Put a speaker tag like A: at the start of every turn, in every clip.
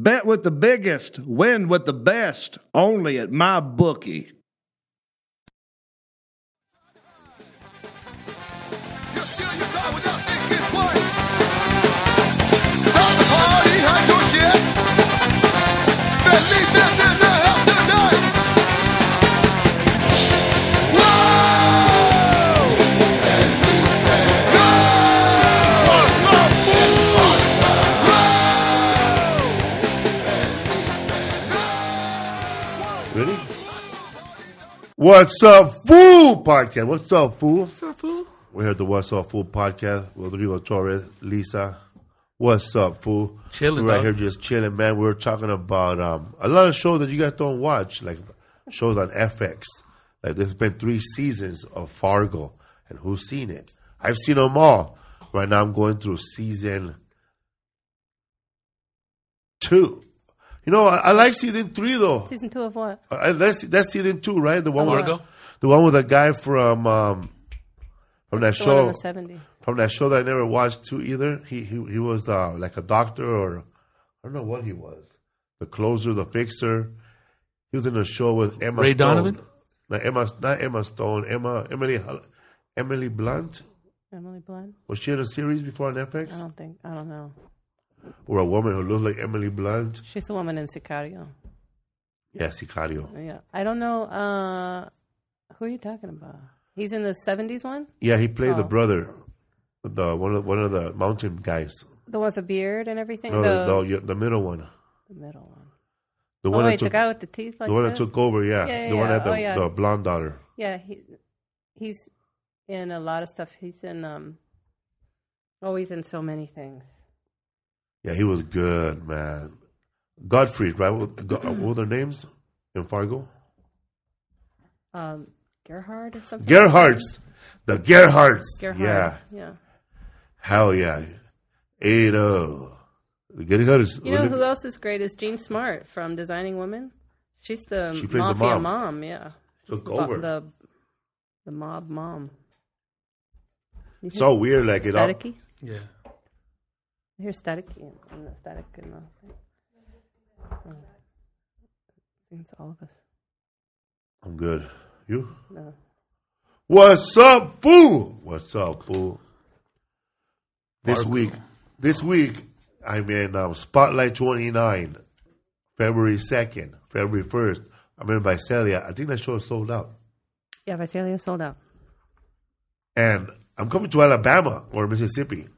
A: Bet with the biggest, win with the best, only at my bookie.
B: You steal your time without thinking twice. Stop the party, hide your shit. Then leave this in the house tonight. Whoa!
C: Ready? What's up, fool? Podcast. What's up, fool? What's up, fool? We heard the What's Up, Fool podcast with Rodrigo Torres, Lisa. What's up, fool?
D: Chilling,
C: We're right
D: dog.
C: here just chilling, man. We were talking about um, a lot of shows that you guys don't watch, like shows on FX. Like there's been three seasons of Fargo, and who's seen it? I've seen them all. Right now, I'm going through season two. You know, I, I like season three though.
E: Season two of what?
C: Uh, that's that's season two, right? The one with
D: Fargo?
C: the one with the guy from um, from that
E: The one
C: show
E: in the 70s.
C: from that show that I never watched too either. He he he was uh, like a doctor or I don't know what he was, the closer, the fixer. He was in a show with Emma
D: Ray
C: Stone.
D: Donovan?
C: Not Emma, not Emma Stone. Emma Emily Hol- Emily Blunt.
E: Emily Blunt?
C: Was she in a series before on FX?
E: I don't think. I don't know.
C: Or a woman who looked like Emily Blunt?
E: She's the woman in Sicario.
C: Yeah, Sicario.
E: Yeah. I don't know. Uh, who are you talking about? He's in the 70s one?
C: Yeah, he played the
E: Oh.
C: brother, the one of one of the mountain guys.
E: The one with the beard and everything?
C: No,
E: the,
C: the, the, yeah, the middle one.
E: the middle one.
C: The
E: Oh,
C: one
E: wait,
C: that took,
E: the guy with the teeth like
C: the one that
E: this?
C: took over, yeah.
E: Yeah, yeah,
C: the one
E: yeah.
C: that the,
E: Oh, yeah.
C: the blonde daughter.
E: Yeah, he, he's in a lot of stuff. He's in, um, oh, he's in so many things.
C: Yeah, he was good, man. Godfried, right? What, Go- what were their names in Fargo?
E: Um, Gerhard or something?
C: Gerhards. The Gerhards.
E: Gerhard.
C: Yeah.
E: Yeah.
C: Hell yeah. 8 0. The Gerhards.
E: You know who else is great is Jean Smart from Designing Women. She's the
C: She plays the
E: mafia
C: mom.
E: mom. Yeah,
C: Took
E: the,
C: over.
E: the the mob mom. You
C: so weird, like
E: hear
C: it all.
E: staticky?
D: Yeah.
E: I hear staticky and- and the static and all. Oh. It's all of us.
C: I'm good. You?
E: No.
C: What's up, fool? What's up, fool? This week, this week, I'm in um, Spotlight 29, February 2nd, February 1st. I'm in Visalia. I think that show is sold out.
E: Yeah, Visalia sold out.
C: And I'm coming to Alabama or Mississippi.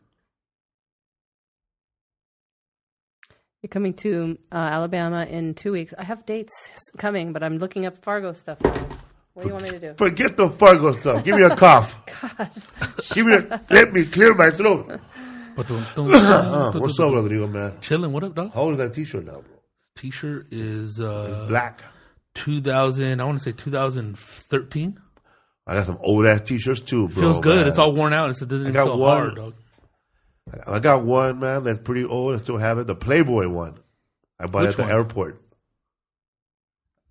E: You're coming to uh, Alabama in two weeks. I have dates coming, but I'm looking up Fargo stuff. now. What do you want me to do?
C: Forget the Fargo stuff. Give me a cough. Give me a, let me clear my throat. Uh,
D: Ah,
C: what's up, Rodrigo, man?
D: Chilling. What up, dog?
C: How old is that t-shirt now, bro?
D: T-shirt is
C: It's
D: uh,
C: black.
D: 2000. I want to say 2013.
C: I got some old ass t-shirts too, bro.
D: Feels good.
C: man.
D: It's all worn out. It's, it doesn't even
C: got
D: feel
C: one.
D: hard, dog.
C: I got one, man, that's pretty old. I still have it. The Playboy one. I bought it
D: Which
C: at the
D: one?
C: airport.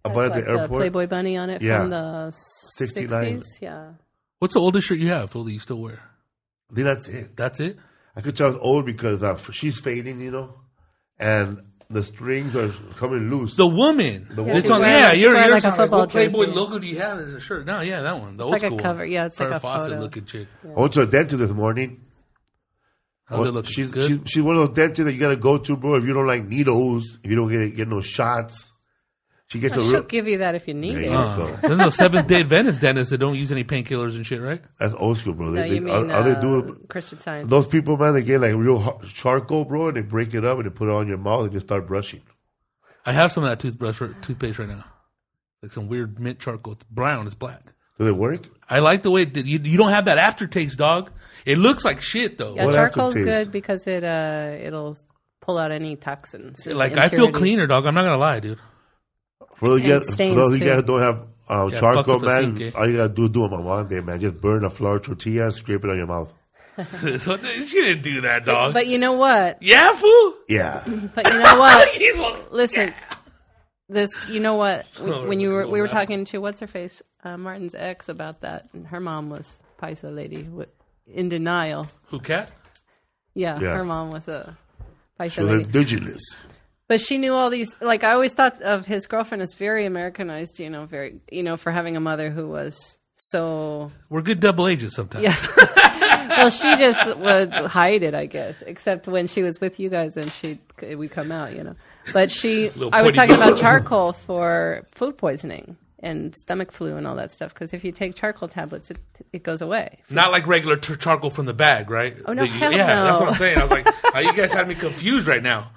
C: I bought it at
E: Like uh,
C: the airport.
E: Playboy bunny on it
C: Yeah.
E: from the
C: 69.
E: 60s. Yeah.
D: What's the oldest shirt you have, Phil, that you still wear?
C: Then that's it.
D: That's it?
C: I could tell I was old because uh, she's fading, you know, and the strings are coming loose.
D: The woman.
C: The
E: Yeah,
C: woman.
D: It's
E: she's
D: on,
E: wearing-
D: yeah,
E: she's
D: you're,
E: wearing
D: you're
E: like a
D: talking like,
E: football
D: what Playboy
E: jersey.
D: logo do you have as a shirt? No, yeah, that one. The old
E: like a
D: school
E: cover.
D: One.
E: Yeah, it's
D: Farrah
E: like a
D: Fawcett
E: photo.
D: looking chick.
C: I went to a dentist this morning.
D: How's it looking?
C: she's,
D: Good?
C: she's she's one of those dentists that you gotta go to, bro. If you don't like needles, if you don't get get no shots, she gets a
E: She'll
C: real.
E: give you that if you need
C: There
E: it.
C: you
D: Uh,
C: go.
D: there's no Seventh Day Adventist dentists that don't use any painkillers and shit, right?
C: That's old school, bro.
E: No,
C: They,
E: you
C: they,
E: mean
C: all they
E: uh,
C: do,
E: Christian Science.
C: those people, man, they get like real hot charcoal, bro, and they break it up and they put it on your mouth and just start brushing.
D: I have some of that toothbrush or toothpaste right now. Like some weird mint charcoal. It's brown. It's black.
C: Do they work?
D: I like the way it did. You, you don't have that aftertaste, dog. It looks like shit though.
E: Yeah,
C: What
E: charcoal's
C: aftertaste?
E: good because it uh it'll pull out any toxins. and
D: Like I feel
E: impurities.
D: cleaner, dog. I'm not gonna lie, dude.
C: For those, you
E: And
C: guys, for
E: stains,
C: those of you
E: too.
C: guys who don't have uh,
D: Yeah, fucks
C: charcoal,
D: up the
C: man,
D: sink, eh?
C: all you gotta do is do it on one day, man. Just burn a flour tortilla and scrape it on your mouth.
D: So, she didn't do that, dog.
E: But you know what?
D: yeah, fool.
C: Yeah.
E: But you know what?
D: He looked-
E: Listen. This, you know what? We,
D: Oh,
E: when you were
D: little
E: we were
D: rascal.
E: talking to what's her face, uh, Martin's ex about that, and her mom was paisa lady with, in denial.
D: Who cat?
E: Yeah,
C: Yeah.
E: her mom was a paisa
C: It was
E: lady.
C: indigenous.
E: But she knew all these. Like I always thought of his girlfriend as very Americanized, you know, very, you know, for having a mother who was so.
D: We're good double agents sometimes.
E: Yeah. well, she just would hide it, I guess. Except when she was with you guys and she we come out, you know. But she,
D: Little
E: I was
D: pointy
E: talking about
D: nose.
E: charcoal for food poisoning and stomach flu and all that stuff. Because if you take charcoal tablets, it it goes away.
D: Not like regular t- charcoal from the bag, right?
E: Oh, no,
D: That you-
E: hell
D: yeah,
E: no.
D: that's what I'm saying. I was like, oh, you guys had me confused right now.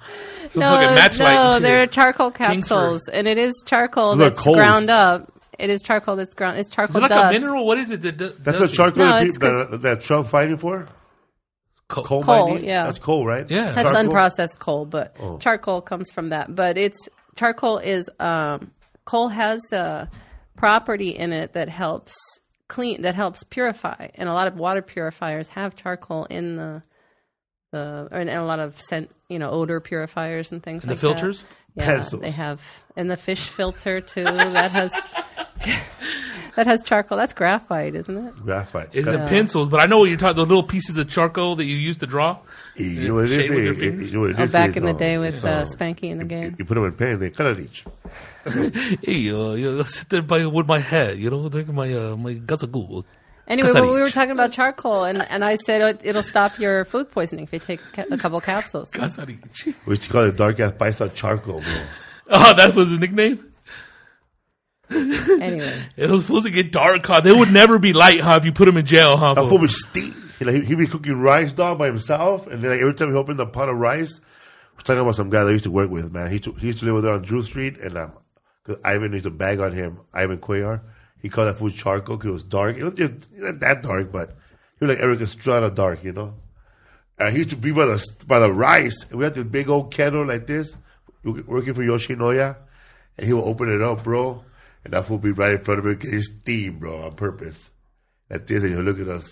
D: Some fucking match light and
E: no,
D: shit.
E: they're charcoal capsules,
D: Kingsford.
E: and it is charcoal
C: They're
E: that's
C: coals.
E: ground up. It is charcoal that's ground. It's
D: Is it
E: charcoal
D: like
E: dust.
D: a mineral? What is it? That do-
C: That's
D: does
C: the
D: it?
C: charcoal
E: No,
C: that,
E: it's
C: people, that, that Trump fighting for?
D: Coal.
C: Coal,
E: Coal,
C: mining?
E: yeah.
C: That's coal, right?
D: Yeah. Oh. That's
E: That's
C: Charcoal?
E: unprocessed coal, but charcoal comes from that. But it's charcoal is um, coal has a property in it that helps clean that helps purify, and a lot of water purifiers have charcoal in the the and a lot of scent you know odor purifiers and things
D: And the
E: like that.
D: filters?
E: Yeah,
C: Pencils.
E: they have and the fish filter too. that has that has charcoal. That's graphite, isn't it?
C: Graphite.
D: Is
C: Cut-
D: it pencils? But I know what you're talking. The little pieces of charcoal that you use to draw.
C: You know what it is?
D: Shade with
C: eh?
D: your
C: You-
D: fingers?
C: you know what it
E: Oh,
C: is,
E: back
C: eh?
E: in the
C: No,
E: day with
C: no.
E: uh, Spanky in the game.
C: You, you put them in pen, they cut it each.
D: Hey, uh, you know, sit there by, with my head, you know, drinking my uh, my guts of goo.
E: Anyway,
D: That's
E: well,
D: an
E: we were
D: inch.
E: talking about charcoal, and, and I said it, it'll stop your food poisoning if you take ca- a couple capsules.
D: Guts of each.
C: We used to call it dark ass paisa charcoal, bro.
D: Oh, that was his nickname.
E: Anyway,
D: It was supposed to get dark, huh? They would never be light, huh? If you put them in jail, huh?
C: That
D: fool?
C: fool was steam. He, like, he be cooking rice dog by himself, and then like, every time he opened the pot of rice, we're talking about some guy that I used to work with, man. He, used to- he used to live over there on Drew Street, and um, 'cause Ivan used to bag on him, Ivan Cuellar. He called that food charcoal because it was dark. It was just it wasn't that dark, but he was like Eric Estrada dark, you know? And he used to be by the, by the rice. And we had this big old kettle like this, working for Yoshinoya, and he would open it up, bro. And that fool be right in front of me getting steam, bro, on purpose. At this, and he'll look at us.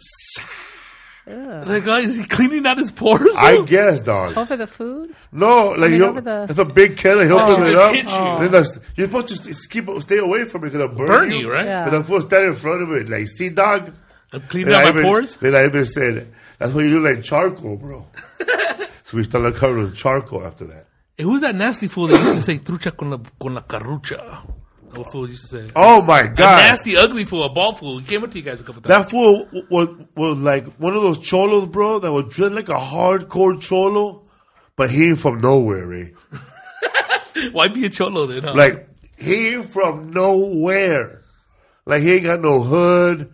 D: Like, uh, is he cleaning out his pores?
C: I
D: bro?
C: guess,
D: Oh.
C: dog.
E: over the food?
C: No, like
E: mean,
C: you
E: over the-
C: it's a big kettle. He opens
D: Oh. just
C: it up.
D: hit you.
C: Then that's- you're supposed to s- keep stay away from it because it'll burn,
D: Burn you, right?
E: Yeah.
C: But the fool stand in front of it, like, see, dog.
D: I'm cleaning out my
C: even,
D: pores.
C: Then I even said, "That's what you do, like charcoal, bro." so we started covering with charcoal after that.
D: Hey, who's that nasty fool that used to say trucha con la, con la carrucha? That fool used to say.
C: Oh my
D: a
C: god,
D: nasty, ugly fool, a bald fool. He came up to you guys a couple times.
C: that fool w- was was like one of those cholos, bro. That was dressed like a hardcore cholo, but he ain't from nowhere, eh? right?
D: Why be a cholo then? Huh?
C: Like he ain't from nowhere. Like he ain't got no hood,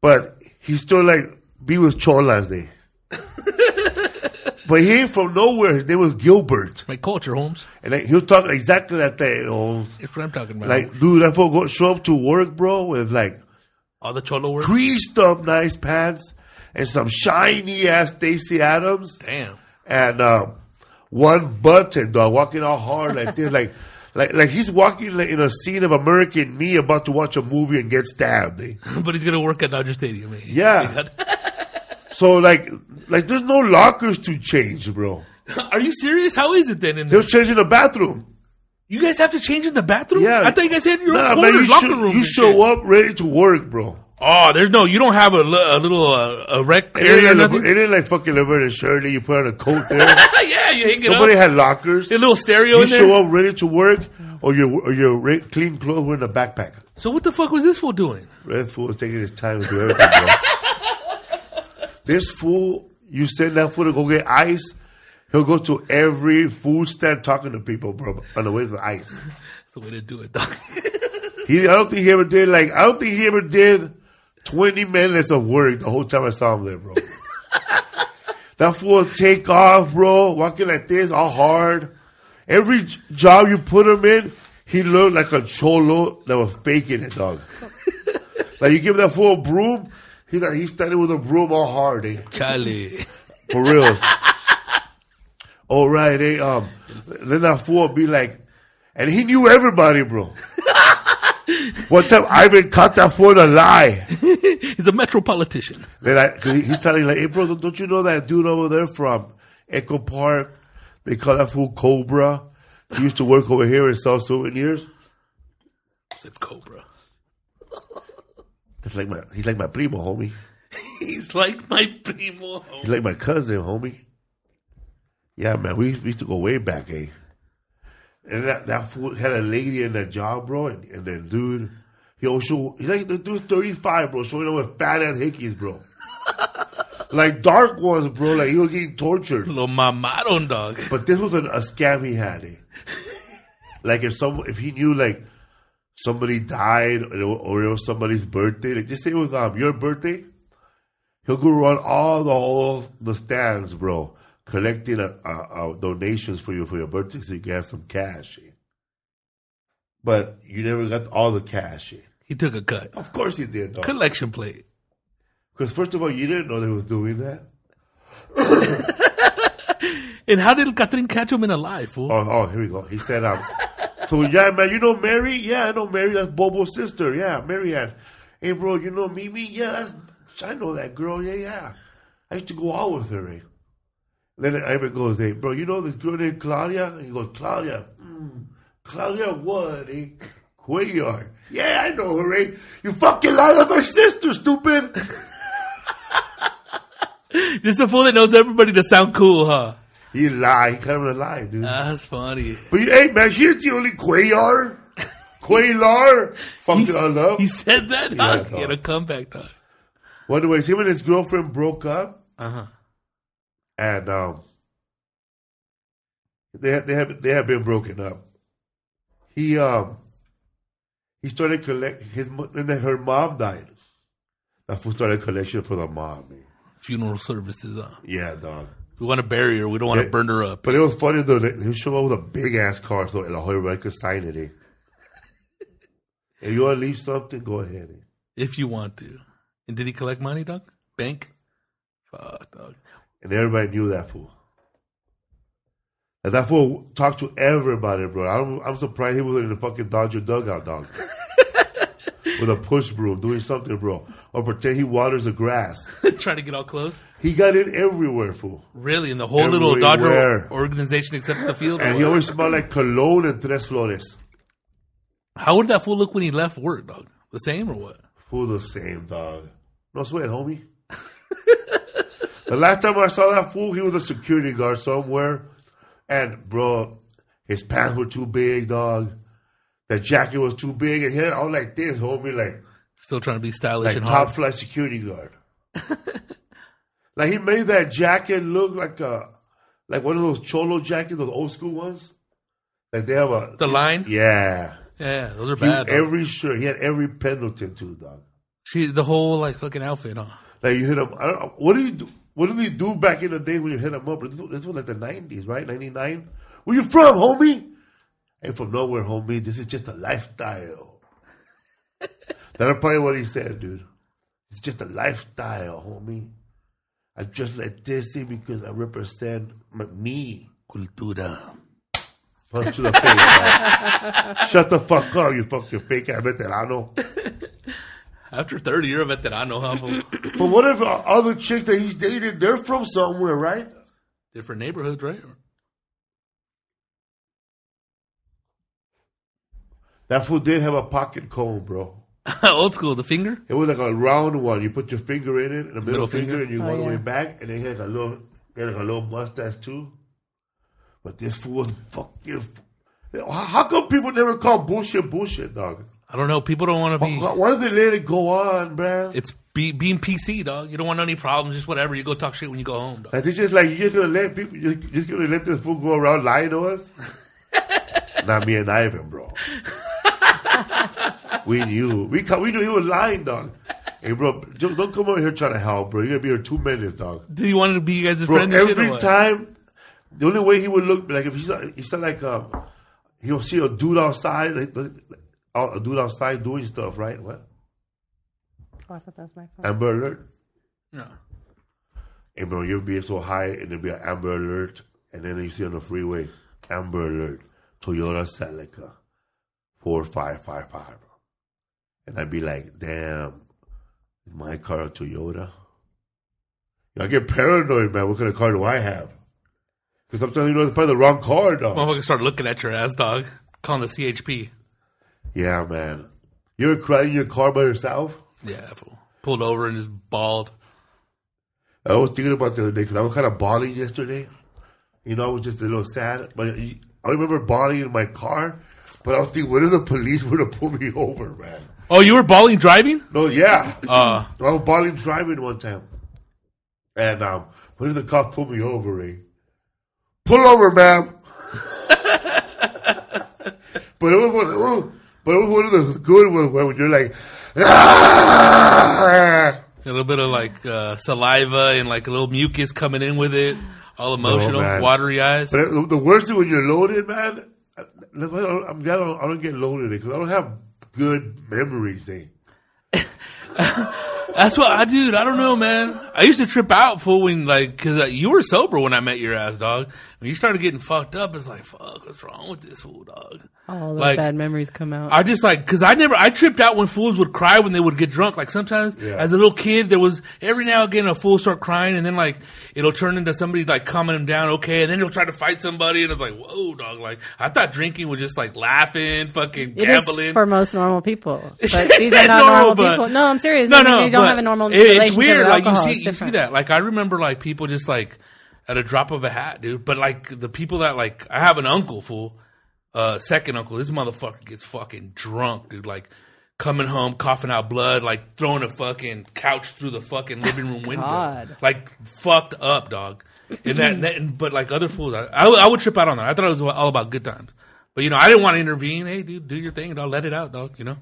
C: but he still like be with cholas day. but he ain't from nowhere. His name was Gilbert,
D: my culture, Holmes.
C: and like, he was talking exactly that thing. Holmes.
D: That's what I'm talking about.
C: Like, dude, that fool go show up to work, bro, with like
D: all the cholo work.
C: creased up nice pants and some shiny ass Stacy Adams
D: Damn.
C: and um, one button dog walking all hard like this, like like like he's walking like, in a scene of American Me about to watch a movie and get stabbed. eh?
D: but he's gonna work at Dodger Stadium. eh?
C: Yeah. So like like there's no lockers to change, bro.
D: Are you serious? How is it then? In
C: They
D: there?
C: was changing the bathroom.
D: You guys have to change in the bathroom?
C: Yeah.
D: I thought you guys had your
C: Nah,
D: own
C: man,
D: quarters,
C: you,
D: locker
C: show-
D: room.
C: you
D: and
C: show
D: shit.
C: up ready to work, bro.
D: Oh, there's no. You don't have a, li- a little uh, a rec
C: It
D: area or
C: ain't, like,
D: nothing. Ah,
C: it ain't like fucking Laverne and Shirley. You put on a coat there.
D: yeah, you hang it
C: Nobody
D: up.
C: had lockers.
D: a little stereo
C: You
D: in there.
C: show up ready to work, or your or your re- clean clothes were in a backpack.
D: So what the fuck was this fool doing?
C: Red fool is taking his time to do everything. bro. this fool, you send that fool to go get ice. He'll go to every food stand talking to people, bro, on the way to the ice.
D: That's the way to do it, doc.
C: He, I don't think he ever did like I don't think he ever did twenty minutes of work the whole time I saw him there, bro. that fool take off, bro, walking like this, all hard. Every j- job you put him in, he looked like a cholo that was faking it, dog. like you give that fool a broom, he's like he's standing with a broom all hard, eh?
D: Charlie.
C: For real. All right, eh? Um, then that fool be like, and he knew everybody, bro. One time Ivan caught that fool in a lie.
D: He's a metro politician.
C: Then I, 'cause he- he's telling me like, hey, bro, don't, don't you know that dude over there from Echo Park? They call that fool Cobra. He used to work over here and sell souvenirs.
D: It's a cobra.
C: That's like my, he's like my primo, homie.
D: He's like my primo.
C: He's like my cousin, homie. Yeah, man, we, we used to go way back, eh? And that, that fool had a lady in that job, bro, and, and then dude, he also he like the dude's thirty five, bro, showing up with fat ass hickeys, bro. like dark ones, bro, like he was getting tortured.
D: Little mamadon dog.
C: But this was an, a scam he had, eh? Like if some if he knew like somebody died or it wa- or it was somebody's birthday, like just say it was um your birthday, he'll go around all the all the stands, bro, collecting uh uh uh donations for you for your birthday so you can have some cash. eh? But you never got all the cash. eh?
D: He took a cut.
C: Of course he did, though.
D: Collection plate.
C: Because first of all, you didn't know they was doing that.
D: And how did Catherine catch him in a lie, fool?
C: Oh, oh, here we go. He said, um, so yeah, man, you know Mary? Yeah, I know Mary. That's Bobo's sister. Yeah, Mary Ann. Hey, bro, you know Mimi? Yeah, that's, I know that girl. Yeah, yeah. I used to go out with her. Eh? Then Ivan goes, hey, bro, you know this girl named Claudia? And he goes, Claudia. Mm, Claudia what, eh? Cuellar. Yeah, I know her, eh? You fucking lied on my sister, stupid. Oh.
D: Just a fool that knows everybody to sound cool, huh?
C: he lied. He kind of lied, dude.
D: That's funny.
C: But you- hey, man, she's the only Cuellar. Cuellar. Fucked it all up.
D: He said that,
C: Yeah,
D: huh? He had a comeback, dog.
C: Well, anyways, him and his girlfriend broke up,
D: Uh huh.
C: and um, they had- they have they have been broken up. He um, he started collect his mo- and then her mom died. That fool started collection for the mom. man.
D: Funeral services, huh?
C: Yeah, dog.
D: We want to bury her. We don't want to
C: Yeah.
D: burn her up.
C: But it was funny though. that He showed up with a big ass car, so the whole everybody could sign it. eh? If you want to leave something, go ahead. eh?
D: If you want to. And did he collect money, dog? Bank? Fuck, dog.
C: And everybody knew that fool. And that fool talked to everybody, bro. I'm, I'm surprised he was in the fucking Dodger dugout, dog. With a push broom, doing something, bro. Or pretend he waters the grass.
D: Trying to get all close?
C: He got in everywhere, fool.
D: Really? In the whole little
C: Everywhere.
D: Dodger organization except the field?
C: And he always smelled like cologne and tres flores.
D: How would that fool look when he left work, dog? The same or what?
C: Fool the same, dog. No sweat, homie. the last time I saw that fool, he was a security guard somewhere. And, bro, his pants were too big, dog. The jacket was too big. And he had it all like this, homie, like,
D: Still trying to be stylish
C: like
D: and
C: top
D: hard.
C: flight security guard. like, he made that jacket look like a, like one of those cholo jackets, those old school ones. Like, they have a,
D: The line?
C: yeah.
D: Yeah, those are
C: He-
D: bad. dog.
C: every shirt, he had every Pendleton, too, dog.
D: She, the whole like fucking outfit, huh?
C: Like you hit him. I don't, what do you do? What did they do back in the day when you hit him up? This was, this was like the nineties, right? Ninety nine. Where you from, homie? And from nowhere, homie. This is just a lifestyle. That's probably what he said, dude. It's just a lifestyle, homie. I just like this thing because I represent my, me.
D: Cultura.
C: Punch to the face. man. Shut the fuck up, you fucking fake ass veterano.
D: After 30, you're a veterano, huh? fool?
C: But what if all the chicks that he's dated, they're from somewhere, right?
D: Different neighborhoods, right?
C: That fool did have a pocket comb, bro.
D: Old school, the finger.
C: It was like a round one. You put your finger in it, and a middle,
D: Middle
C: finger,
D: finger?
C: and you
E: Oh,
C: go all the way
E: yeah.
C: back, and they had like a little, they had like a little mustache too. But this fool was fucking. How how come people never call bullshit bullshit, dog?
D: I don't know. People don't want to
C: Why,
D: be.
C: why do they let it go on, man?
D: It's be, being PC, dog. You don't want any problems. Just whatever. You go talk shit when you go home, dog.
C: Like it's just like you're just gonna let people, you're just gonna let this fool go around lying to us. Not me and Ivan, bro. we knew we co- we knew he was lying, dog. Hey, bro, don't, don't come over here trying to help, bro. You're gonna be here two minutes, dog.
D: Do you want to be you guys'
C: Bro,
D: friend? and shit or
C: every
D: what?
C: time, the only way he would look like if he's he's not like um, he'll see a dude outside, like, like, out- a dude outside doing stuff, right? What?
E: Oh, I thought that was my phone.
C: Amber Alert.
D: No.
C: Hey, bro, you're being so high, and there'll be an Amber Alert, and then you see on the freeway, Amber Alert, Toyota Celica, four five five five, and I'd be like, damn, is my car a Toyota? You know, I get paranoid, man. What kind of car do I have? Because sometimes you know it's probably the wrong car, dog.
D: Motherfuckers start looking at your ass, dog. Calling the CHP.
C: Yeah, man. You ever cried in your car by yourself?
D: Yeah, fool. Pulled over and just bawled.
C: I was thinking about the other day because I was kind of bawling yesterday. You know, I was just a little sad. But you- I remember bawling in my car. But I was thinking, what if the police were to pull me over, man?
D: Oh, you were bawling driving?
C: No, yeah.
D: Uh,
C: I was bawling driving one time. And um, what if the cop pulled me over, eh? Pull over, ma'am. but it was one it was- but it was one of those good ones where when you're like, "Ah!"
D: a little bit of like uh, saliva and like a little mucus coming in with it. All emotional,
C: man.
D: watery eyes.
C: But the- the worst thing when you're loaded, man. that's why I don't- I'm glad I don't, I don't get loaded because I don't have good memories. Eh?
D: That's what I, dude. I don't know, man. I used to trip out fool when like because uh, you were sober when I met your ass, dog. When you started getting fucked up, it's like fuck, what's wrong with this fool, dog?
E: All those
D: Like-
E: bad memories come out.
D: I just like because I never I tripped out when fools would cry when they would get drunk. Like sometimes
C: Yeah.
D: as a little kid, there was every now and again a fool start crying, and then like it'll turn into somebody like calming him down, okay, and then he'll try to fight somebody, and it's like whoa, dog. Like I thought drinking was just like laughing, fucking
E: It is
D: gambling.
E: for most normal people, but
D: It's
E: these are not
D: normal,
E: normal
D: but-
E: people. No, I'm serious.
D: No,
E: Even if
D: no,
E: you don't
D: but
E: have a normal
D: it-
E: relationship
D: It's weird.
E: with
D: like
E: alcohol,
D: you see,
E: it's
D: you see that.
E: different.
D: Like I remember, like people just like at a drop of a hat, dude. But like the people that like, I have an uncle, fool, uh, second uncle. This motherfucker gets fucking drunk, dude. Like coming home, coughing out blood, like throwing a fucking couch through the fucking living room window,
E: God.
D: like fucked up, dog. And that, that and, but like other fools, I, I, would- I would trip out on that. I thought it was all about good times. But you know, I didn't want to intervene. Hey, dude, do your thing, dog. Let it out, dog. You know.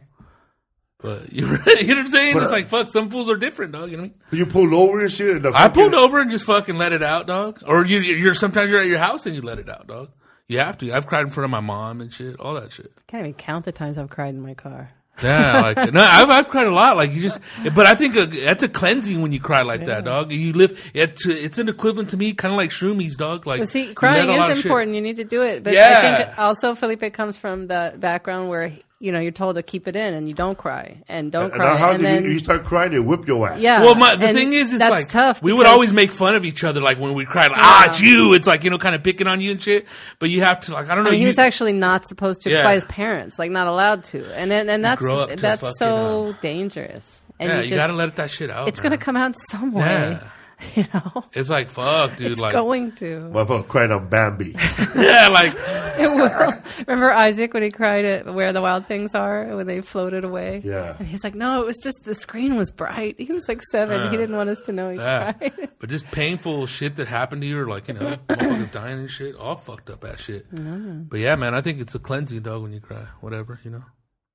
D: But you, you know what I'm saying? it's like fuck. Some fools are different, dog. You know what I mean?
C: So you pulled over and shit. And the
D: I pulled
C: fucking-
D: over and just fucking let it out, dog. Or you, you're sometimes you're at your house and you let it out, dog. You have to. I've cried in front of my mom and shit, all that shit.
E: Can't even count the times I've cried in my car.
D: Yeah, like no, I've, I've cried a lot. Like you just, but I think a, that's a cleansing when you cry like that, dog. You live. It's it's an equivalent to me, kind of like shroomies, dog. Like
E: But see,
D: you
E: crying
D: let a lot of
E: is
D: shit-
E: important. You need to do it. But I
D: Yeah.
E: think also, Felipe comes from the background where you know you're told to keep it in and you don't cry and don't
C: And
E: cry.
C: how
E: and
C: did
E: then,
C: you, you start crying? They whip your ass.
E: yeah.
D: Well, my, the
E: and
D: thing is, it's
E: that's
D: like
E: tough.
D: we would
E: because-
D: always make fun of each other, like when we cried, like, ah, it's you. It's like you know, kind of picking on you and shit. But you have to, like, I don't know.
E: I mean, he
D: you-
E: was actually not supposed to
D: Yeah.
E: by his parents, like not allowed to, and and, and that's
D: grow up to
E: that's
D: fucking,
E: so dangerous. And
D: yeah,
E: you,
D: you,
E: just,
D: gotta let that shit out.
E: it's gonna
D: man.
E: come out in some way,
D: Yeah.
E: you know.
D: It's like fuck, dude.
E: It's
D: like
E: going to.
C: Motherfucker cried on Bambi.
D: yeah, like
E: It will. Remember Isaac when he cried at Where the Wild Things Are when they floated away?
C: Yeah.
E: And he's like, no, it was just the screen was bright. He was like seven. he didn't want us to know he
D: Yeah.
E: cried.
D: But just painful shit that happened to you, or like you know, motherfuckers dying and shit, all fucked up ass shit. But yeah, man, I think it's a cleansing dog when you cry, whatever, you know.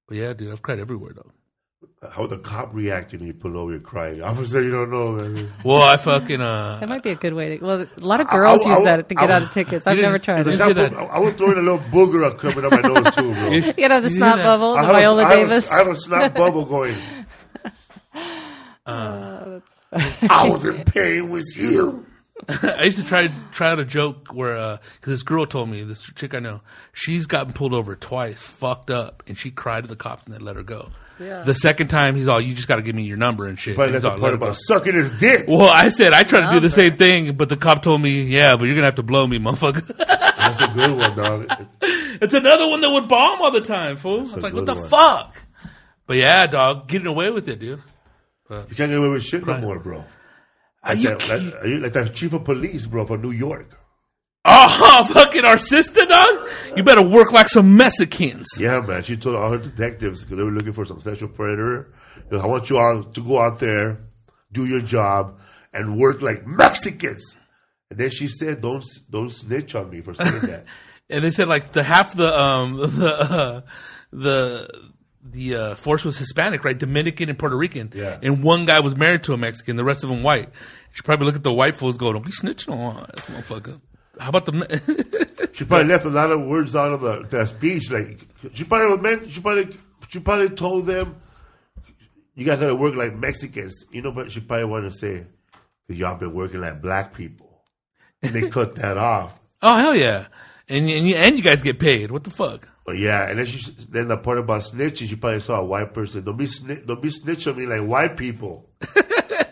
D: But yeah, dude, I've cried everywhere, dog.
C: how the cop reacted when you pulled over and cried? Officer, you don't know. Man.
D: Well, I fucking uh,
E: That might be a good way to. Well, a lot of
C: I- I-
E: girls
C: I-
E: use that to get
C: I-
E: out of tickets. I've
D: You
E: never
D: didn't-
E: tried
C: The
E: it.
D: didn't-
C: cop,
D: do that.
C: I, I was throwing a little booger up coming up my nose too, bro.
D: You-
E: Get out of the
D: you do
E: snot
D: that.
E: bubble, the
C: I have, a,
E: Viola
C: I, have a,
E: Davis.
C: I have a snot bubble going.
D: Uh,
C: I was in pain with you.
D: I used to try try out a joke where because this girl told me this chick I know she's gotten pulled over twice, fucked up, and she cried to the cops and they let her go.
E: Yeah.
D: The second time he's all, you just got to give me your number and shit.
C: But
D: And
C: that's
D: he's
C: the
D: all,
C: part
D: "Let her
C: about sucking his dick.
D: go." Well, I said I tried to do the same thing, but the cop told me, "Yeah, but you're gonna have to blow me, motherfucker."
C: That's a good one, dog.
D: It's another one that would bomb all the time, fool. It's
C: a
D: like, what the
C: good one.
D: fuck? But yeah, dog, getting away with it, dude.
C: You can't get away with shit no more, bro.
D: Are
C: Like
D: you
C: that,
D: kidding?
C: like- like that chief of police, bro, for New York.
D: Oh, fucking our sister, dog. You better work like some Mexicans.
C: Yeah, man. She told all her detectives because they were looking for some sexual predator. You know, I want you all to go out there, do your job, and work like Mexicans. And then she said, "Don't don't snitch on me for saying that."
D: And they said like the half the um the uh, the the uh, force was Hispanic, right? Dominican and Puerto Rican.
C: Yeah.
D: And one guy was married to a Mexican. The rest of them white. You should probably look at the white fools. Go, don't be snitching on this motherfucker. How about the? Me-
C: She probably left a lot of words out of the, the speech. Like she probably was meant. She probably she probably told them, "You guys gotta work like Mexicans," you know. But she probably wanted to say, "Y'all been working like black people." And they cut that off.
D: oh hell yeah! And and you, and you guys get paid. What the fuck?
C: But yeah, and then she then the part about snitching, she probably saw a white person. Don't be sni- don't be snitching on me like white people.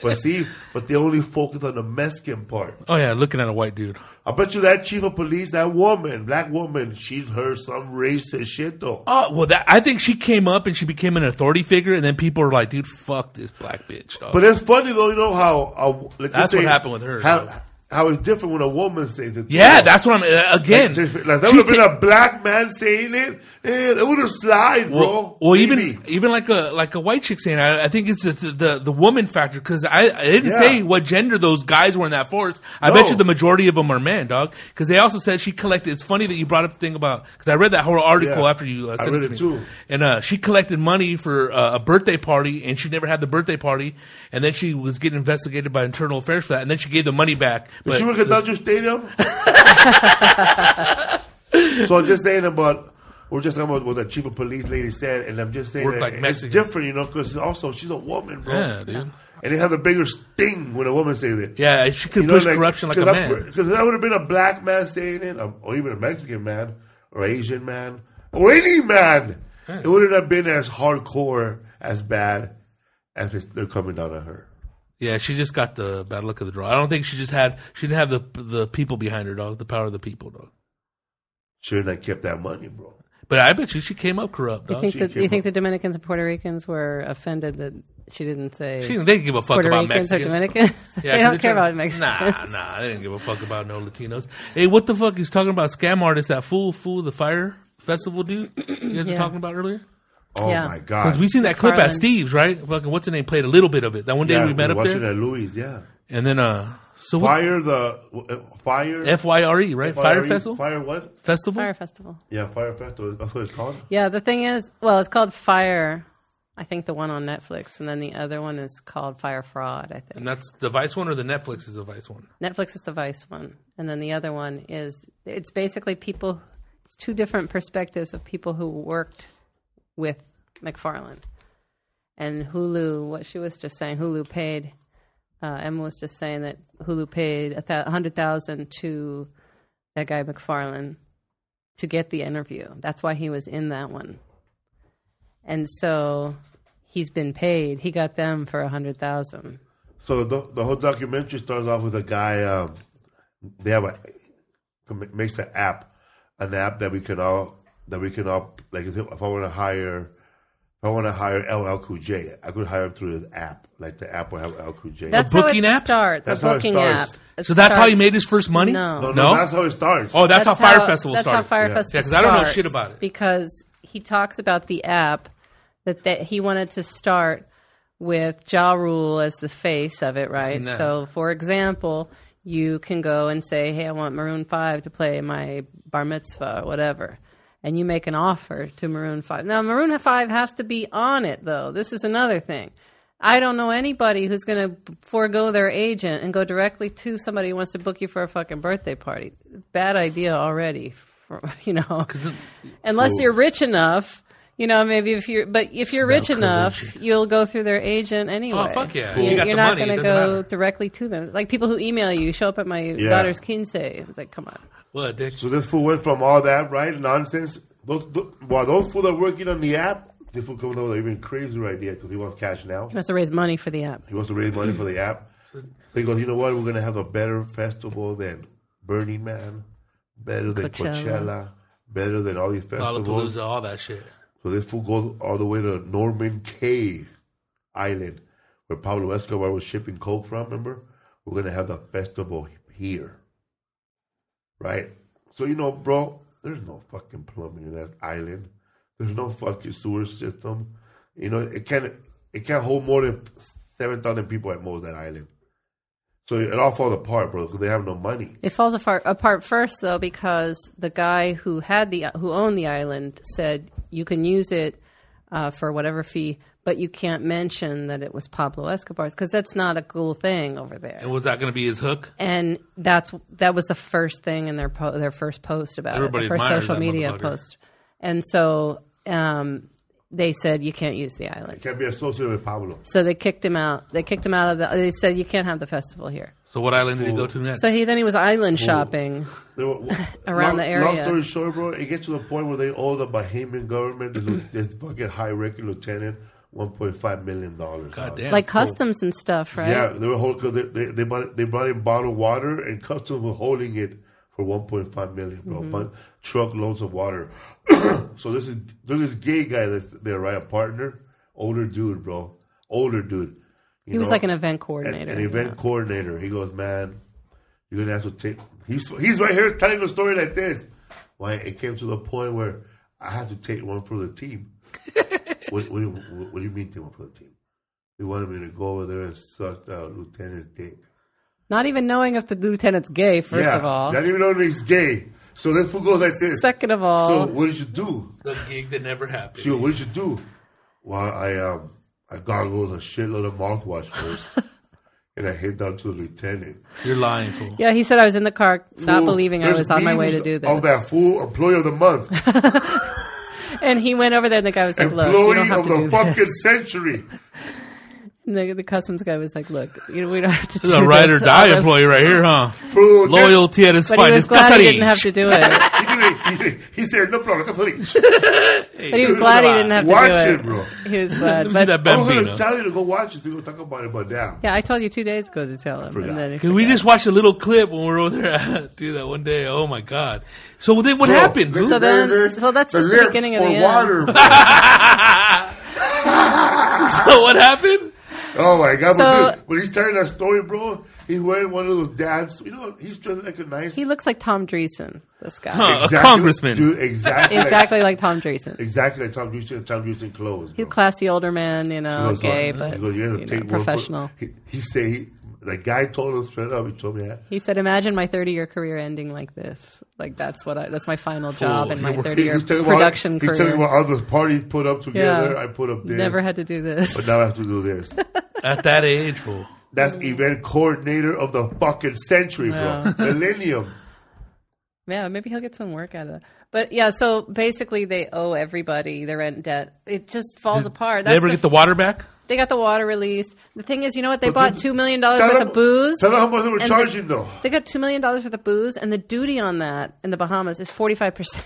C: but see, but they only focus on the Mexican part.
D: Oh yeah, looking at a white dude.
C: I bet you that chief of police, that woman, black woman, she's heard some racist shit though.
D: Oh well, that I think she came up and she became an authority figure, and then people were like, "Dude, fuck this black bitch." Dog.
C: But it's funny though, you know how uh, like
D: Oh. That's
C: they
D: what happened with her, though.
C: How, how it's different when a woman says it.
D: yeah,
C: too.
D: that's what I'm uh, again.
C: Like, that would
D: she's
C: have been
D: ta-
C: a black man saying it. Eh, that would have slide,
D: Well,
C: bro.
D: well even
C: Maybe.
D: even like a like a white chick saying, I, I think it's the the, the woman factor because I, I didn't
C: Yeah.
D: say what gender those guys were in that force. I bet
C: No.
D: you the majority of them are men, dog. Because they also said she collected. It's funny that you brought up the thing about because I read that whole article
C: Yeah.
D: after you. Uh,
C: I
D: sent
C: read
D: to
C: it
D: me.
C: too.
D: And uh, she collected money for uh, a birthday party, and she never had the birthday party. And then she was getting investigated by internal affairs for that, and then she gave the money back.
C: Did she work at Dodger Stadium? so I'm just saying about we're just talking about what the chief of police lady said, and I'm just saying
D: Work
C: that
D: like
C: it's
D: Mexicans.
C: different, you know, because also she's a woman, bro,
D: yeah, dude.
C: and it has a bigger sting when a woman says it.
D: Yeah, she could
C: You
D: push corruption like a man.
C: Because that would have been a black man saying it, or or even a Mexican man, or Asian man, or any man. It wouldn't have been as hardcore, as bad as this, they're coming down on her.
D: Yeah, she just got the bad luck of the draw. I don't think she just had she didn't have the the people behind her dog, the power of the people dog.
C: Shouldn't have kept that money, bro.
D: But I bet you Oh, she came up corrupt
E: You
D: dog.
E: think
C: she
E: that
C: came
E: you think
C: up-
E: the Dominicans and Puerto Ricans were offended that she didn't say
D: She they didn't give a fuck
E: Puerto
D: about
E: Ricans or
D: Mexicans.
E: Dominicans?
D: Yeah,
E: they
D: 'cause
E: don't care
D: trying-
E: about Mexicans.
D: Nah, nah, they didn't give a fuck about no Latinos. Hey, what the fuck he's talking about? Scam artist, that fool, fool, the fire festival dude you guys were
E: Yeah.
D: talking about earlier.
C: Oh
E: Yeah.
C: my
D: 'Cause
C: god!
D: we seen that clip at
E: Carlin.
D: Steve's, right? Fucking what's the name? Played a little bit of it. That one day
C: yeah,
D: we met
C: we're
D: up
C: watching
D: there,
C: at Louis. Yeah,
D: and then uh, so what?
C: fire the uh, fire
D: F Y R E, right? Fire
C: Fiery-
D: festival,
C: Fire what?
D: festival.
E: Fire festival.
C: Yeah, fire festival. That's what it's called.
E: Yeah, the thing is, well, it's called Fire. I think the one on Netflix, and then the other one is called Fire Fraud. I think
D: And that's the Vice one or the Netflix is the Vice one.
E: Netflix is the Vice one, and then the other one is it's basically people. It's two different perspectives of people who worked with McFarland and Hulu. What she was just saying, Hulu paid. Uh, Emma was just saying that Hulu paid a th- hundred thousand to that guy McFarland to get the interview. That's why he was in that one, and so he's been paid. He got them for a hundred thousand.
C: So the, the whole documentary starts off with a guy. Um, they have a makes an app, an app that we can all that we can all like. If if I want to hire, if I want to hire LL Cool J, I could hire him through this app. Like the app will have LL Cool J.
E: That's
D: booking
E: how it
D: app?
E: starts.
C: That's
E: a
C: how it
E: booking
C: starts.
E: app.
D: So that's how he
E: starts-
D: made his first money?
E: No.
C: no, no,
D: No?
C: that's how it starts.
D: Oh, that's, how Fire Festival
E: that's
D: started.
E: how Fire
D: yeah.
E: Festival.
D: Yeah, because I don't know
E: starts,
D: shit about it.
E: Because he talks about the app that, that he wanted to start with Ja Rule as the face of it, right?
D: seen that.
E: So, for example, you can go and say, "Hey, I want Maroon Five to play my bar mitzvah or whatever." And you make an offer to Maroon 5. Now, Maroon 5 has to be on it, though. This is another thing. I don't know anybody who's going to forego their agent and go directly to somebody who wants to book you for a fucking birthday party. Bad idea already, for, you know. Unless you're rich enough, you know, maybe if you're, but if you're rich enough, you'll go through their agent anyway.
D: Oh, fuck yeah.
E: You,
D: You got
E: are
D: the
E: not
D: money, it
E: going to
D: doesn't
E: go
D: matter.
E: directly to them. Like people who email you, show up at my daughter's quince. It's like, come on.
D: What a dick.
C: So this fool went from all that right nonsense. Those, those, while those fools are working on the app, this fool comes up with an even crazier idea because he wants cash now.
E: He wants to raise money for the app.
C: He wants to raise money for the app. So he goes, you know what? We're gonna have a better festival than Burning Man, better than Coachella,
E: Coachella.
C: better than all these festivals.
D: Lollapalooza, all that shit.
C: So this fool goes all the way to Norman Cay Island, where Pablo Escobar was shipping coke from. Remember, we're gonna have the festival here, right? So you know, bro, there's no fucking plumbing in that island. There's no fucking sewer system. You know, it can't it can't hold more than seven thousand people at most. That island. So it all falls apart, bro, because they have no money.
E: It falls apart, apart first though because the guy who had the who owned the island said you can use it uh, for whatever fee, but you can't mention that it was Pablo Escobar's because that's not a cool thing over there.
D: And was that going to be his hook?
E: And that's that was the first thing in their po- their first post about
D: Everybody
E: it, their first
D: admires
E: social
D: that
E: media
D: motherfucker.
E: post. And so um, they said you can't use the island.
C: It can't be associated with Pablo.
E: So they kicked him out. They kicked him out of the. They said you can't have the festival here.
D: So what island did he go to next?
E: So he then he was island shopping.
C: They were-
E: Around
C: long,
E: the
C: Long
E: area.
C: story short, bro, it gets to the point where they owe the Bahamian government, the, lieu- this fucking high ranking lieutenant, one point five million dollars.
D: God damn.
E: like
D: cool.
E: customs and stuff, right?
C: Yeah, they were holding because they they, they, bought it, they brought in bottled water and customs were holding it for one point five million, bro.
E: Mm-hmm.
C: But truckloads of water. so this is there's this gay guy that's there, right? A partner, older dude, bro, older dude. You
E: He was
C: know?
E: like an event
C: an,
E: coordinator.
C: an event coordinator. He goes, man, you're gonna have to take. He's he's right here telling a story like this. Why it came to the point where I had to take one for the team. what, what, do you, what do you mean take one for the team? They wanted me to go over there and suck the lieutenant's dick.
E: Not even knowing if the lieutenant's gay, first
C: yeah,
E: of all.
C: not even knowing he's gay. So this fool goes like this.
E: Second of all,
C: so what did you do?
D: the gig that never happened.
C: She goes, what did you do? Well, I um, I gargled a shitload of mouthwash first, and I hit down to the lieutenant.
D: You're lying, fool.
E: yeah, he said I was in the car, not
C: fool.
E: believing I
C: There's
E: was on my way to
C: memes
E: do
C: Of
E: this.
C: that fool employee of the month,
E: And he went over there, and the guy was like, "Look, you don't
C: employee
E: have
C: of
E: to do
C: the
E: this."
C: fucking century.
E: And the, the customs guy was like, "Look, you know, we don't have to
D: This
E: do
D: is a ride or
E: this."
D: die
E: All this-
D: employee right here, huh?
C: Fool,
D: Loyalty at his
E: But he
D: finest.
E: was glad he
D: Casarín.
E: didn't have to do it.
C: He, did it. He- he said, "No problem, that's what he-
E: But he was glad he didn't have to
C: Watch
E: do
C: it,
E: it.
C: bro.
E: He was glad.
D: Let me see
E: But
D: that
C: I'm gonna
D: bambino.
C: tell you to go watch it. To go talk about it, but damn,
E: yeah, I told you two days ago to tell him,
C: forgot.
E: and then he
D: Dude, we
E: forgot.
D: just watched a little clip when we were over there. Dude, that one day. Oh my god. So then what
C: Bro,
D: happened?
C: listen
E: So
C: to
D: dude?
E: then-
C: this.
E: so that's just the
C: lips
E: beginning of
C: for
E: the end.
C: water, bro.
D: so what happened?
C: Oh my god,
E: So-
C: but dude, when he's telling that story, bro, he's wearing one of those dads. You know, he's dressed like a nice,
E: he looks like Tom Dreesen. This guy,
D: Huh. A congressman.
C: dude, exactly,
E: exactly like Tom Dreesen.
C: exactly like Tom Houston, Tom Houston clothes.
E: He's
C: bro.
E: a classy older man, you know,
C: goes,
E: gay,
C: "Look,"
E: but
C: he goes, "You gotta
E: you know,
C: take one foot."
E: professional.
C: He, he said he, the guy told him straight up. He told me that.
E: He said, "Imagine my 30-year career ending like this. Like that's what I, that's my final job in
D: you
E: my
D: were-
E: 30-year
C: he's talking
E: production
C: about, He's
E: career.
C: talking about all the parties put up together. I put up this.
E: Never had to do this.
C: But now I have to do this.
D: At that age, fool.
C: That's event coordinator of the fucking century,
E: Wow.
C: bro. Millennium.
E: Yeah, maybe he'll get some work out of that. But yeah, so basically they owe everybody their rent debt. It just falls apart.
D: They ever
E: the-
D: get the water back?
E: they got the water released. The thing is, you know what? They
C: But
E: bought
C: then-
E: two million dollars
C: Tell
E: worth
C: them-
E: of booze.
C: Tell them how much they were
E: and the-
C: charging, though.
E: They got two million dollars worth of booze, and the duty on that in the Bahamas is forty five percent.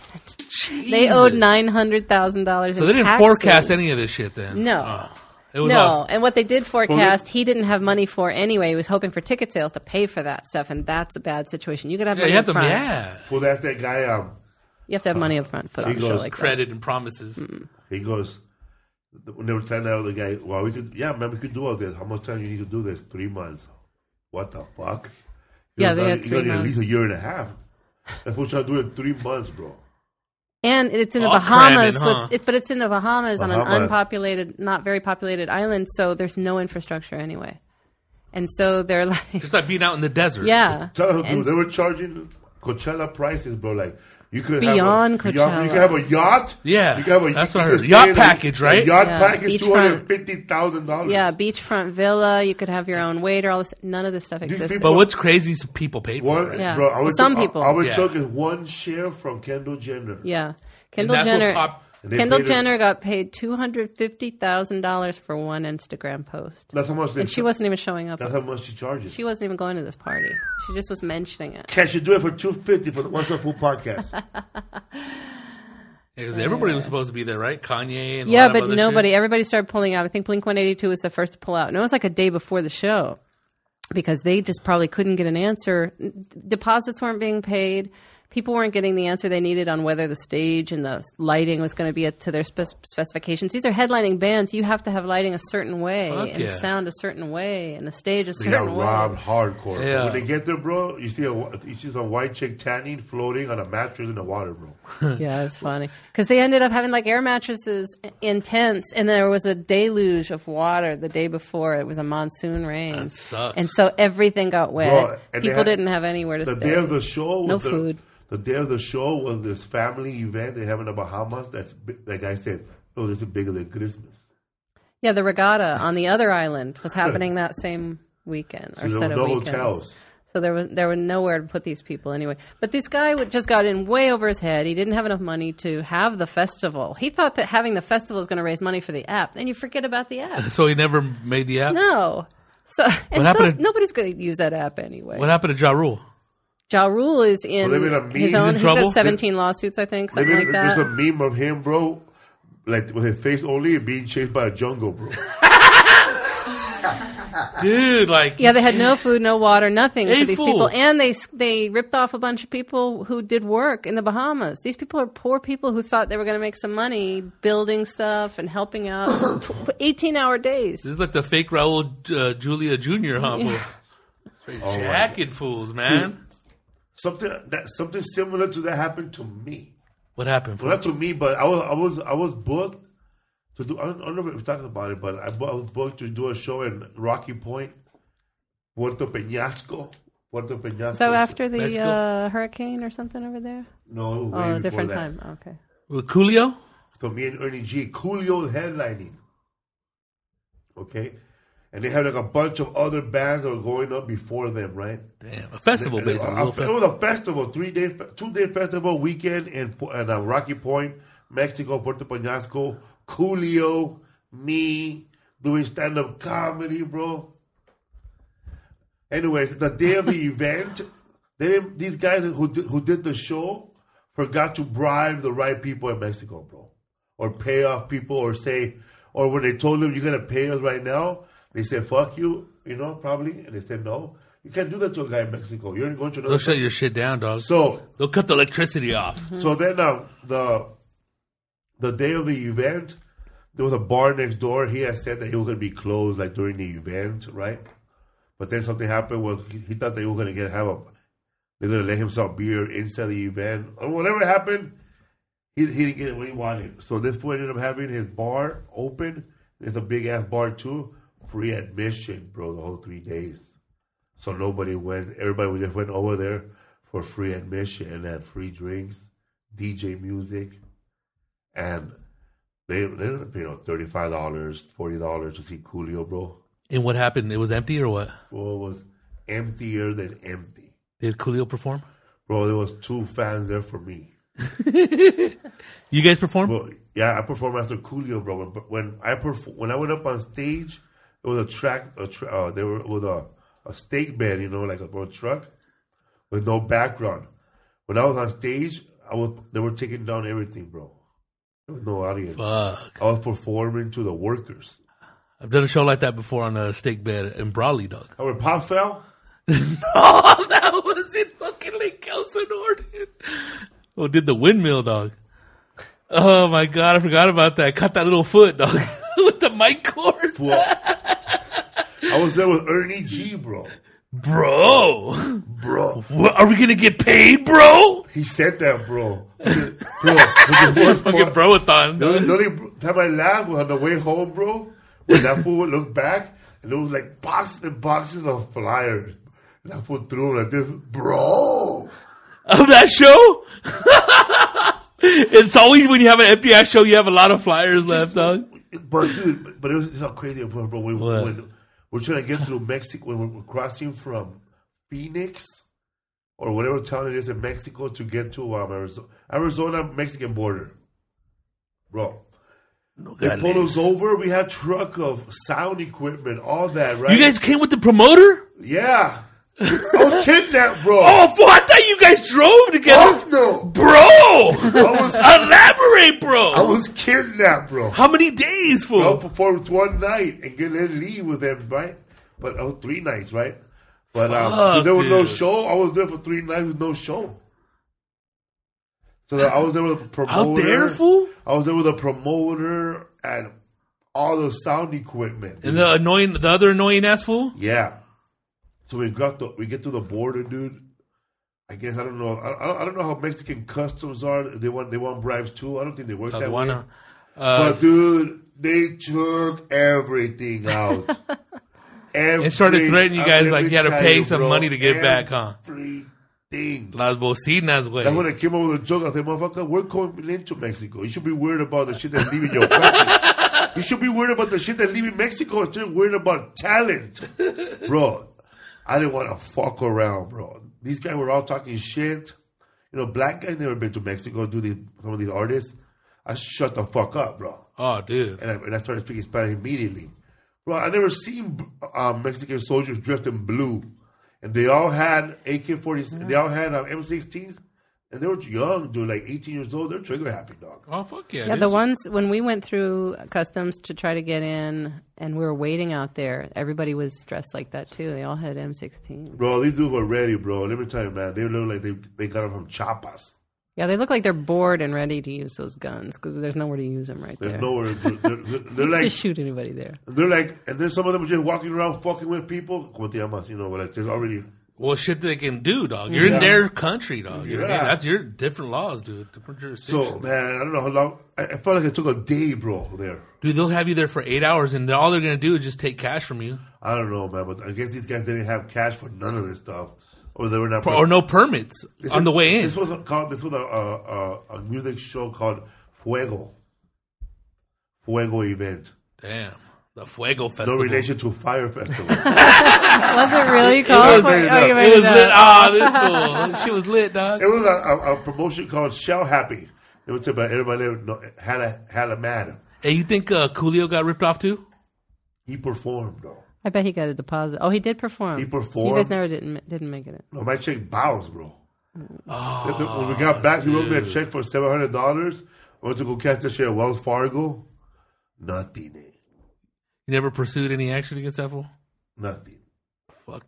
E: They owed nine hundred thousand dollars.
D: So they didn't forecast any of this shit then.
E: No.
D: Oh. it was
E: No,
D: all-
E: and what they did forecast, he didn't have money for anyway. He was hoping for ticket sales to pay for that stuff, and that's a bad situation. You gotta have
D: Yeah,
E: money
D: you have
E: up
D: to.
E: front.
D: Yeah.
C: Well, that's that guy. Um,
E: You have to have money up front. Put on
C: He
E: a show
C: goes
E: like that.
D: Credit and promises.
E: Mm.
C: he goes. When they were telling that other guy, "Well, we could, yeah, man, we could do all this. How much time you need to do this? Three months. What the fuck? You
E: Yeah,
C: know,
E: they had
C: you
E: three
C: gotta need at least a
E: months.
C: year and a half. That's what trying to do it in three months, bro.
E: And it's in the
D: All
E: Bahamas,
D: cramming, huh?
E: with, it, but it's in the Bahamas on
C: Bahamas.
E: an unpopulated, not very populated island, so there's no infrastructure anyway. And so they're like,
D: It's like being out in the desert.
E: yeah,
C: Tell them,
E: And
C: dude, they were charging Coachella prices, bro. Like you could
E: Beyond
C: have a, beyond-
E: Coachella.
C: you could have a yacht.
D: Yeah,
C: you could have a
D: that's
C: you
D: what I
C: could
D: heard.
C: stay
D: Yacht
C: in a-
D: package, right?
C: A yacht
E: Yeah,
C: package,
E: beachfront.
C: two hundred fifty thousand dollars.
E: yeah, beachfront villa. You could have your own waiter. All this, none of this stuff
C: These
E: exists.
C: people-
D: But what's crazy is people paid for
C: One,
D: it.
E: Yeah.
C: bro, I
E: Well,
C: was
E: some
C: I-
E: people.
C: I, was
D: Yeah.
C: joking. One share from Kendall Jenner.
E: Yeah,
D: And
E: Kendall
D: that's what
E: Jenner.
D: pop-
C: And they
E: Kendall
C: paid her-
E: Jenner got paid two hundred fifty thousand dollars for one Instagram post,
C: That's how much. They
E: and she wasn't even showing up.
C: That's how much she charges.
E: She wasn't even going to this party. She just was mentioning it.
C: Can she do it for two fifty for the What's Up Fool podcast?
D: Because everybody was supposed to be there, right? Kanye and a
E: Yeah,
D: lot of
E: but
D: other
E: nobody.
D: shit.
E: Everybody started pulling out. I think Blink One Eighty Two was the first to pull out, and it was like a day before the show because they just probably couldn't get an answer. Deposits weren't being paid. people weren't getting the answer they needed on whether the stage and the lighting was going to be at- to their spec- specifications. These are headlining bands. You have to have lighting a certain way
D: Fuck
E: and
D: yeah.
E: sound a certain way and the stage a
C: They
E: certain
C: got
E: way.
C: robbed hardcore.
D: Yeah.
C: When they get there, bro, you see a wh- you see some white chick tanning, floating on a mattress in the water, bro.
E: yeah, it's funny because they ended up having like air mattresses in tents, and there was a deluge of water the day before. It was a monsoon rain,
D: That sucks.
E: and so everything got wet.
C: Bro, and they
E: People
C: had-
E: didn't have anywhere to
C: The
E: stay.
C: day of the show was
E: No
C: the,
E: food.
C: The day of the show was this family event they have in the Bahamas. That's bi- that guy said, "No, this is bigger than Christmas."
E: yeah, the regatta on the other island was happening that same weekend or
C: there
E: set
C: were
E: of
C: no
E: weekends.
C: hotels.
E: So there was there were nowhere to put these people anyway. But this guy would- just got in way over his head. He didn't have enough money to have the festival. He thought that having the festival was going to raise money for the app. Then you forget about the app.
D: So he never made the app.
E: No. So and
D: happened
E: those-
D: to-
E: nobody's going to use that app anyway.
D: What happened to Ja Rule?
E: ja Rule is in
C: Well, they made a meme.
E: his
C: He's
E: own.
D: in
E: he's
D: trouble?
E: got 17 lawsuits, I think,
C: They
E: something
C: made-
E: like
C: there's
E: that.
C: a meme of him, bro, like with his face only and being chased by a jungle, bro. Oh
D: Dude, like
E: yeah, they had no food, no water, nothing
D: Hey,
E: for these
D: fool.
E: people, and they s- they ripped off a bunch of people who did work in the Bahamas. These people are poor people who thought they were going to make some money building stuff and helping out. Tw- 18 hour days.
D: this is like the fake Raul uh, Julia Jr. humble.
E: Oh
D: Jacket fools, man.
C: something that something similar to that happened to me.
D: What happened?
C: Well,
D: Fool?
C: not to me, but I was I was I was booked to do. I don't, I don't know if we talking about it, but I, bu- I was booked to do a show in Rocky Point, Puerto Peñasco, Puerto Peñasco.
E: So after the
D: Mexico?
E: uh, hurricane or something over there?
C: no, it was way
E: Oh, a
C: before
E: different
C: that.
E: time. Okay.
D: With Coolio?
C: So me and Ernie G, Coolio headlining. Okay, and they had like a bunch of other bands that were going up before them, right?
D: Damn, a festival
C: And it-
D: based
C: a-
D: on
C: a-
D: real
C: It
D: festival.
C: was a festival, three day, two day festival weekend in Pu- in uh, Rocky Point, Mexico, Puerto Peñasco. Coolio, me doing stand up comedy, bro. Anyways, the day of the event, they didn't, these guys who did, who did the show forgot to bribe the right people in Mexico, bro, or pay off people, or say, or when they told them you're gonna pay us right now, they said fuck you, you know, probably, and they said no, you can't do that to a guy in Mexico. You're going to another
D: They'll shut
C: country."
D: your shit down, dog.
C: uh, so
D: They'll cut the electricity off.
C: so then uh, the the day of the event, there was a bar next door. He had said that he was going to be closed like during the event, right? But then something happened. Was he, he thought they were going to get have a they're going to let him sell beer inside the event or whatever happened. He, he didn't get what he wanted. So this fool ended up having his bar open. It's a big ass bar too. Free admission, bro, the whole three days. So nobody went. Everybody just went over there for free admission and had free drinks, DJ music, and they they ended up paying you know, thirty five dollars, forty dollars to see Coolio, bro.
D: And what happened? It was empty or what?
C: Bro, it was emptier than empty.
D: Did Coolio perform?
C: Bro, there was two fans there for me.
D: You guys perform?
C: Well, yeah, I performed after Coolio, bro. When, when I perf- when I went up on stage, it was a track. A tra- uh, they were with a, a steak bed, you know, like a, a truck with no background. When I was on stage, I was they were taking down everything, bro. There was no audience.
D: Fuck.
C: I was performing to the workers.
D: Uh, I've done a show like that before on a steak bed in Brawley, dog.
C: I went pop fell.
D: Oh, that was in fucking Lake Kelson, Oregon. Oh, did the windmill, dog. Oh my god, I forgot about that. Cut that little foot, dog, with the mic cord,
C: Well, I was there with Ernie G, bro.
D: bro.
C: Bro,
D: What, are we gonna get paid, bro?
C: he said that, bro. Bro, but the worst
D: Fucking
C: part-
D: broathon.
C: The
D: dog.
C: only, the only time I laughed was on the way home, bro. When that fool would look back, and it was like boxes and boxes of flyers. And that fool threw them like this, bro.
D: of that show. it's always when you have an empty ass show, you have a lot of flyers left, dog.
C: But dude, but- but it was it's how crazy, it was, bro. When,
D: What?
C: when we're trying to get through Mexico, when we're- we're crossing from Phoenix or whatever town it is in Mexico to get to um, Arizona, Arizona Mexican border, bro. They pulled us over. We had truck of sound equipment, all that, right?
D: You guys came with the promoter?
C: Yeah. I was kidnapped, bro.
D: Oh, fool, I thought you guys drove together.
C: Fuck no.
D: Bro!
C: I was,
D: Elaborate, bro!
C: I was kidnapped, bro.
D: How many days, fool?
C: I performed one night and get to leave with them, right? But oh, three nights, right? But um, so
D: Fuck,
C: there was no
D: dude.
C: show. I was there for three nights with no show. So that I was there with a promoter.
D: there, fool?
C: I was there with a promoter and all the sound equipment.
D: And the annoying, the other annoying ass fool.
C: Yeah. So we got the we get to the border, dude. I guess I don't know. I, I don't- I don't know how Mexican customs are. They want they want bribes too. I don't think they work that way.
D: Aduana. Uh,
C: But dude, they took everything out. Every-
D: It started threatening you
C: I-
D: guys
C: let
D: like
C: me
D: you had to
C: tell
D: pay
C: you,
D: some
C: bro,
D: money to get back, huh?
C: Everything.
D: Las bocinas, güey.
C: That's when I came up with a joke. I said, motherfucker, we're going into Mexico. You should be worried about the shit that's leaving your country. you should be worried about the shit that's leaving Mexico instead of worried about talent. Bro, I didn't want to fuck around, bro. These guys were all talking shit. You know, black guys never been to Mexico, do these, some of these artists. I shut the fuck up, bro.
D: Oh, dude.
C: And I, and I started speaking Spanish immediately. Bro, I never seen uh, Mexican soldiers dressed in blue. And they all had AK 40s, they all had um, M16s. And they were young, dude, like 18 years old. They're trigger happy, dog.
D: Oh, fuck yeah.
E: Yeah, the
D: dude.
E: ones when we went through customs to try to get in, and we were waiting out there. Everybody was dressed like that too. They all had M16.
C: Bro, these dudes were ready, bro. Let me tell you, man. They look like they, they got them from Chiapas.
E: Yeah, they look like they're bored and ready to use those guns because there's nowhere to use them right
C: There's
E: there.
C: nowhere. to- They're, they're, they're
E: You
C: like
E: just shoot anybody there.
C: They're like, and then some of them are just walking around fucking with people. Como te llamas? You know, like there's already.
D: Well, shit they can do, dog. You're in their country, dog. You know what I mean?
C: Yeah.
D: That's your different laws, dude. Different jurisdictions.
C: So man, I don't know how long. I, I felt like it took a day, bro. There,
D: dude, they'll have you there for eight hours, and all they're gonna do is just take cash from you,
C: I don't know, man. But I guess these guys didn't have cash for none of this stuff, or they were not.
D: or no permits
C: This
D: on
C: is-
D: the way in.
C: This was a, called. This was a, a, a, a music show called Fuego. Fuego event.
D: Damn, the Fuego Festival.
C: No relation to Fire Festival.
E: Was it really called?
C: was made it
E: oh,
C: up.
E: you
C: It
D: It
E: made it
D: was lit.
E: up.
D: Ah, this fool. She was lit, dog.
C: It was a, a, a promotion called Shell Happy. It was about everybody that know- had a had a man.
D: Hey, you think uh, Coolio got ripped off too?
C: He performed though.
E: I bet he got a deposit. Oh, he did perform.
C: He
E: So you guys
C: performed.
E: never didn't ma- didn't make it.
C: No, my check bounced, bro. when we
D: Oh,
C: got back, he wrote me a check for seven hundred dollars. I went to go catch this shit at Wells Fargo. Nothing, eh.
D: You never pursued any action against that fool.
C: nothing.
D: Fuck.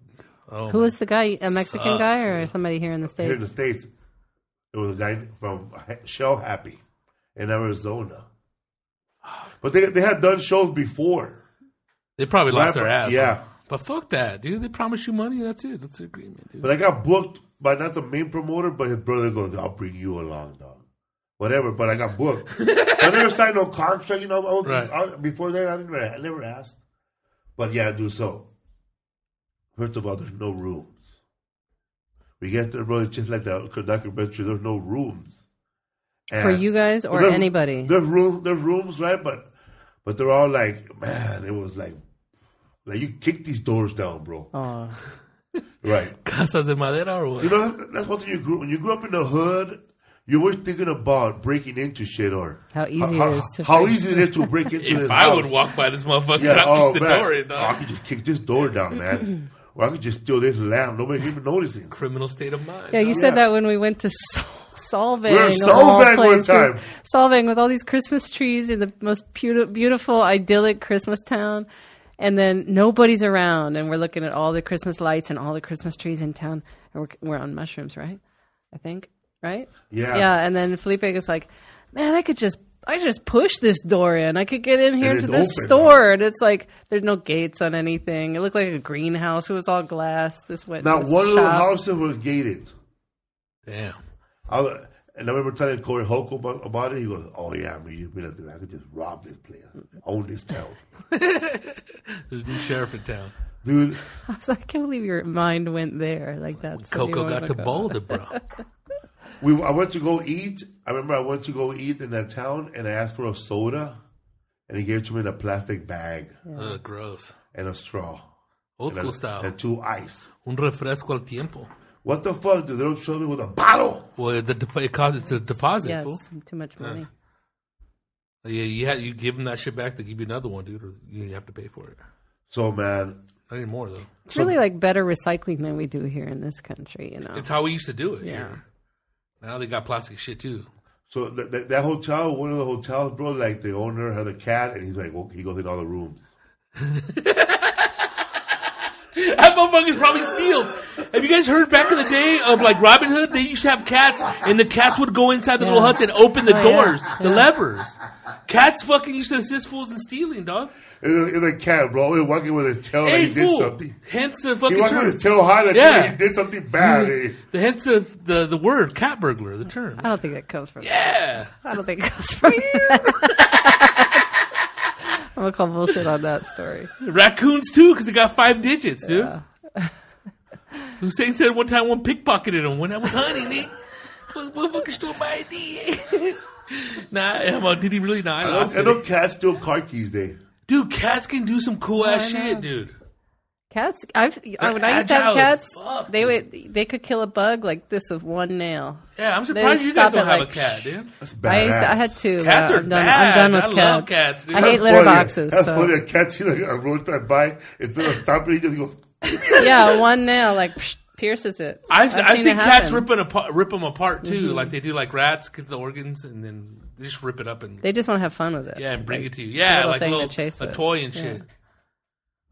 D: Oh,
E: Who was the guy? A Mexican
D: Sucks,
E: guy or somebody here in the
C: Here in
E: states?
C: the states, there was a guy from Shell Happy in Arizona, but they they had done shows before.
D: They probably lost
C: Rapper,
D: their ass.
C: yeah.
D: But fuck that, dude. They promise you money. That's it. That's their agreement, dude.
C: But I got booked by not the main promoter, but his brother goes, I'll bring you along, dog. Whatever, but I got booked. I never signed no contract, you know. I was,
D: Right.
C: I- before that, I never, I never asked. But yeah, I do so. First of all, there's no rooms. We get there, brother, just like the documentary, there's no rooms.
E: For
C: And-
E: you guys or
C: there's-
E: anybody?
C: There's, room, there's rooms, right? But but they're all like, man, it was like, like you kick these doors down, bro.
E: Oh,
C: Right.
D: Casas de Madera or what?
C: You know, that's one thing you grew when you grew up in the hood. You're always thinking about breaking into shit or
E: How easy it
C: how,
E: is to
C: how
E: break
C: easy it is to break into. this
D: if I would
C: house.
D: walk by this motherfucker,
C: yeah,
D: I'd
C: oh
D: kick the
C: man,
D: door in,
C: Oh, I
D: dog.
C: could just kick this door down, man, or I could just steal this lamp. Nobody even noticing.
D: Criminal state of mind.
E: yeah. You
D: dog.
E: said
C: Yeah.
E: that when we went to Sol- Solvang.
C: We were
E: of all
C: Solvang one
E: places.
C: time.
E: Solvang with all these Christmas trees in the most beauti- beautiful, idyllic Christmas town. And then nobody's around, and we're looking at all the Christmas lights and all the Christmas trees in town, and we're we're on mushrooms, right? I think, right?
C: Yeah.
E: Yeah. And then Felipe is like, "Man, I could just." I could just push this door in. I could get in here
C: And
E: to
C: it
E: this
C: opened.
E: store, and it's like there's no gates on anything. It looked like a greenhouse. It was all glass. This went
C: Not
E: this
C: one of
E: shop.
C: the houses was gated.
D: Damn.
C: I, was- and I remember telling Corey Hoke about, about it. He goes, "Oh yeah, I mean, you mean I could just rob this place, own this town,
D: There's a new sheriff in town.
C: dude."
E: I was like, I can't believe your mind went there like that.
D: Coco got to Boulder, bro.
C: We, I went to go eat. I remember I went to go eat in that town, and I asked for a soda, and he gave it to me in a plastic bag
D: Ugh, gross.
C: and a straw,
D: Old
C: and,
D: school
C: a-
D: style.
C: and two ice.
D: Un refresco al tiempo.
C: What the fuck? Dude, they don't show me with a bottle.
D: Well, the dep- it costs, it's a deposit,
E: Yeah,
D: fool.
E: it's too much money.
D: Yeah, you had, you give them that shit back, they give you another one, dude, or you have to pay for it.
C: So man,
D: Not anymore, though.
E: It's really like better recycling than we do here in this country, you know.
D: It's how we used to do it.
E: Yeah.
D: here. Now they got plastic shit, too.
C: so th- th- that hotel, one of the hotels, bro, like the owner had a cat, and he's like, well, he goes in all the rooms.
D: That motherfucker's probably steals. Have you guys heard back in the day of like Robin Hood? They used to have cats, and the cats would go inside the little huts and open the
E: Oh, yeah.
D: doors, the
E: Yeah.
D: levers. Cats fucking used to assist fools in stealing, dog.
C: It's it's a cat, bro. He was walking with his tail like Oh,
D: Hey,
C: he did
D: fool.
C: something.
D: Hence the
C: He
D: fucking
C: walking with
D: term.
C: his tail high like
D: Yeah.
C: he did something bad. eh?
D: The hence of the the word cat burglar. The term.
E: I don't think that comes from.
D: Yeah.
E: I don't think it comes from. that. I'm gonna call bullshit on that story.
D: Raccoons too, because they got five digits, dude.
E: Yeah.
D: Hussein said one time one pickpocketed him when I was hunting it. Motherfucker stole my ID. nah, am I- did he really not? I
C: I
D: lost
C: know- I
D: it.
C: know cats steal car keys, they.
D: Dude, cats can do some cool ass
E: I know.
D: shit, dude.
E: Cats. I've
D: They're
E: when I used to have
D: agile as
E: cats,
D: fuck,
E: they would they could kill a bug like this with one nail.
D: Yeah, I'm
E: They
D: surprised you guys
E: stop
D: don't
E: it
D: have
E: like-
D: a cat, dude.
C: That's bad.
E: I used to, I had two.
D: Cats
E: but
D: are
E: I'm done.
D: bad.
E: I'm done with
D: I
E: cats.
D: love cats, dude.
E: I
D: That's
E: hate litter boxes.
C: That's
E: so.
C: funny. A cat see like a road drive by instead of stopping, he just goes.
E: yeah, one nail like psh, pierces it.
D: I've, I've,
E: it
D: seen, cats
E: happen. Mm-hmm.
D: rip, it apart, rip them apart too, like they do, like rats get the organs and then they just rip it up and
E: They just want to have fun with it.
D: yeah, and bring it to you. Yeah,
E: little
D: like a
E: thing to
D: little
E: chase
D: a
E: with.
D: toy and
E: Yeah.
D: shit.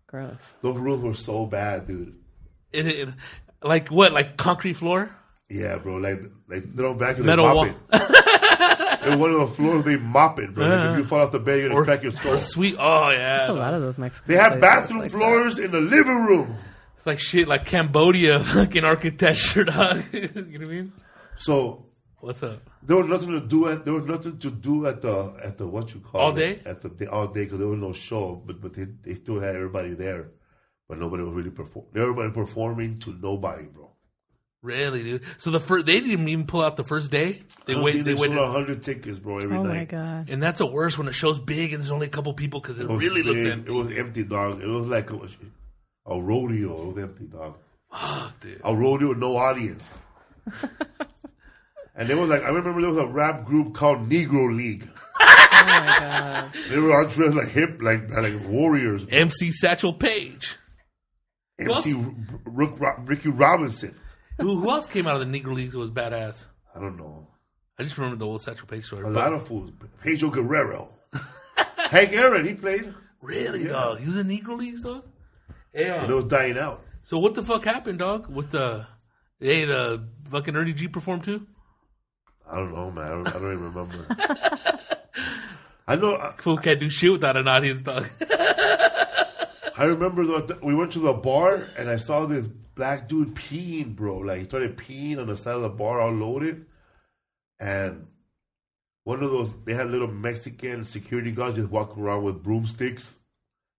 E: Gross.
C: Those rules were so bad, dude.
D: It, it, like what? Like concrete floor?
C: Yeah, bro. Like, like they don't vacuum.
D: Metal
C: they
D: wall.
C: mop it. and one of the floors, they mop it, bro. Like, if you fall off the bed, you're gonna
D: Or-
C: crack your skull.
D: Sweet. Oh yeah.
E: That's a lot of those Mexican.
C: They have
E: places
C: bathroom
E: like that.
C: floors in the living room.
D: It's like shit, like Cambodia fucking architecture, dog. you know what I mean?
C: So
D: What's up?
C: there was nothing to do at there was nothing to do at the at the what you call
D: All
C: it,
D: day?
C: at the, the all day because there was no show, but but they, they still had everybody there, but nobody was really perform. Everybody performing to nobody, bro.
D: Really, dude. So the first, they didn't even pull out the first day. They
C: I don't
D: wait.
C: think
D: They
C: sold
D: waited,
C: a hundred tickets, bro. Every
E: Oh
C: night.
E: my god.
D: and that's the worst when the show's big and there's only a couple people because it
C: It was
D: really looks
C: Oh, big. It
D: empty.
C: was empty, dog. It was like a, a rodeo. It was empty, dog.
D: Fuck, Ah, dude.
C: A rodeo with no audience. and there was like I remember there was a rap group called Negro League.
E: Oh my god.
C: They were all dressed like hip, like like warriors.
D: MC Satchel Paige.
C: MC R- Rick, Ro- Ricky Robinson.
D: who, who else came out of the Negro Leagues that was badass?
C: I don't know.
D: I just remember the old Satchel Paige story.
C: A
D: But
C: lot of fools. Pedro Guerrero. Hank Aaron, he played.
D: really, dog. He was in Negro Leagues, dog.
C: And
D: Yeah.
C: it was dying out.
D: So what the fuck happened, dog? With the hey, the fucking Ernie G performed too.
C: I don't know, man. I don't, I don't even remember. I know. I,
D: Fool can't do shit without an audience, dog.
C: I remember the, we went to the bar and I saw this black dude peeing, bro. Like he started peeing on the side of the bar, all loaded. And one of those, they had little Mexican security guards just walking around with broomsticks.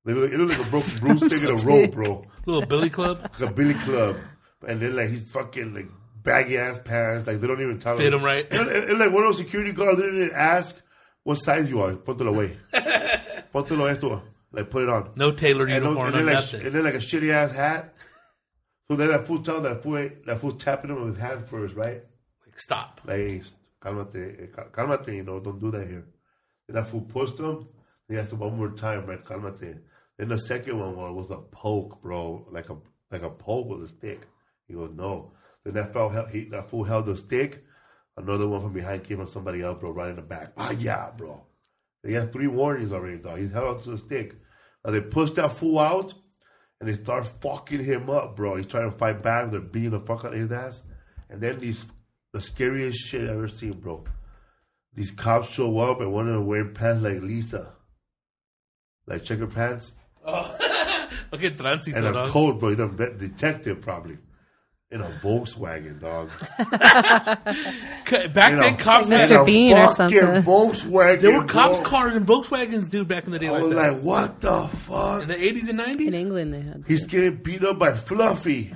C: They look, it looked like a broken broomstick in a row, bro.
D: Little Billy Club.
C: Like a Billy Club. And then like he's fucking like baggy ass pants. Like they don't even tell
D: Fit 'em right.
C: And, and- and, like one of those security guards they didn't ask what size you are. Póntelo away. Póntelo esto. Like put it on
D: No tailored
C: and,
D: uniform,
C: and
D: no
C: then like,
D: nothing.
C: and then like a shitty ass hat. So then that fool tell that fool that fool tapping him with his hand first, right?
D: Like, stop.
C: Like, hey, calmate, eh, cal- calmate, you know, don't do that here. Then that fool pushed him. He asked him one more time, right? Calmate. Then the second one was, was a poke, bro, like a like a poke with a stick. He goes, no. Then that fool held, he, that fool held the stick. Another one from behind came on somebody else, bro, right in the back. Ah, yeah, bro. He had three warnings already, dog. He's held onto the stick. Now they pushed that fool out and they start fucking him up, bro. He's trying to fight back. They're beating the fuck out of his ass. And then these, the scariest shit I ever seen, bro. These cops show up and one of them wearing pants like Lisa, like checker pants,
D: Okay, transito,
C: and a
D: dog.
C: coat, bro. He's a vet- detective probably, in a Volkswagen, dog.
D: C- Back
C: You
D: then,
C: know,
D: cops
E: Mr.
D: had,
C: In a
E: Bean or
C: fucking
E: something.
C: Volkswagen.
D: there were cops
C: bro.
D: cars and Volkswagens, dude, back in the day
C: I
D: like
C: was
D: that.
C: like, what the
D: in
C: fuck?
D: the 80s and 90s?
E: In England, they had.
C: He's getting beat up by Fluffy,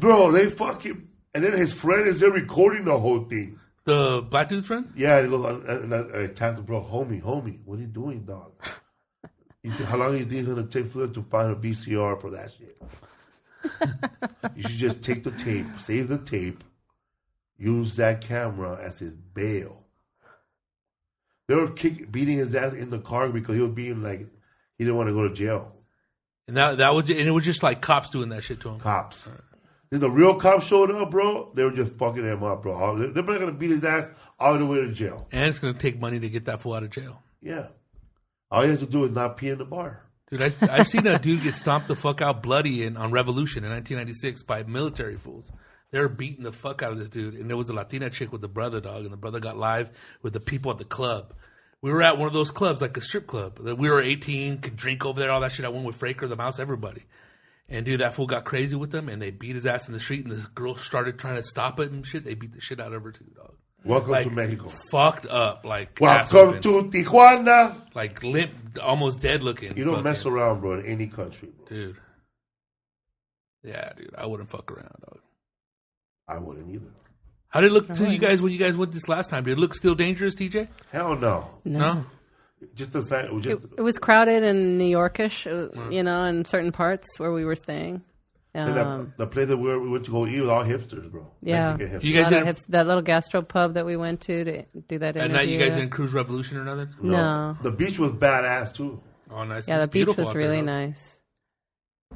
C: bro. They fucking and then his friend is there recording the whole thing.
D: The black dude's friend?
C: Yeah, and he goes, and- and I, I tapped him, bro, homie, homie, what are you doing, dog? You think, how long do you think it's gonna take for them to find a VCR for that shit? you should just take the tape, save the tape, use that camera as his bail. They were kick, beating his ass in the car because he was being like, he didn't want to go to jail.
D: And that, that was, ju- and it was just like cops doing that shit to him.
C: Cops. If the real cops showed up, bro, they were just fucking him up, bro. All- They're probably gonna beat his ass all the way to jail.
D: And it's going to take money to get that fool out of jail.
C: Yeah. All you have to do is not pee in the bar.
D: Dude, I, I've seen a dude get stomped the fuck out bloody in, on Revolution in 1996 by military fools. They were beating the fuck out of this dude, and there was a Latina chick with the brother dog, and the brother got live with the people at the club. We were at one of those clubs, like a strip club. that We were 18, could drink over there, all that shit. I went with Fraker, the mouse, everybody. And dude, that fool got crazy with them, and they beat his ass in the street, and the girl started trying to stop it and shit. They beat the shit out of her too, dog.
C: Welcome
D: Like,
C: to Mexico.
D: Fucked up, like ass
C: Welcome
D: whooping.
C: to Tijuana.
D: like limp, almost dead looking.
C: You don't
D: fucking-
C: mess around, bro, in any country, bro.
D: dude. Yeah, dude, I wouldn't fuck around, dog.
C: I wouldn't either.
D: How did it look to you guys when you guys went this last time? Did it look still dangerous, TJ?
C: Hell no.
D: No.
C: Just the fact,
E: It,
C: just
E: it was crowded and New Yorkish, uh, you know, in certain parts where we were staying.
C: And
E: Um,
C: the, the place that we, were, we went to go eat was all hipsters, bro.
E: Yeah.
C: Mexican hipsters.
D: You
E: a
D: guys
E: lot of
D: didn't
E: hips, that little gastro pub that we went to to do that interview.
D: at night. You guys didn't cruise Revolution or nothing.
E: No.
C: The beach was badass too.
D: Oh, nice.
E: Yeah,
D: It's
E: the beach
D: beautiful
E: was
D: out there,
E: really
D: huh?
E: nice.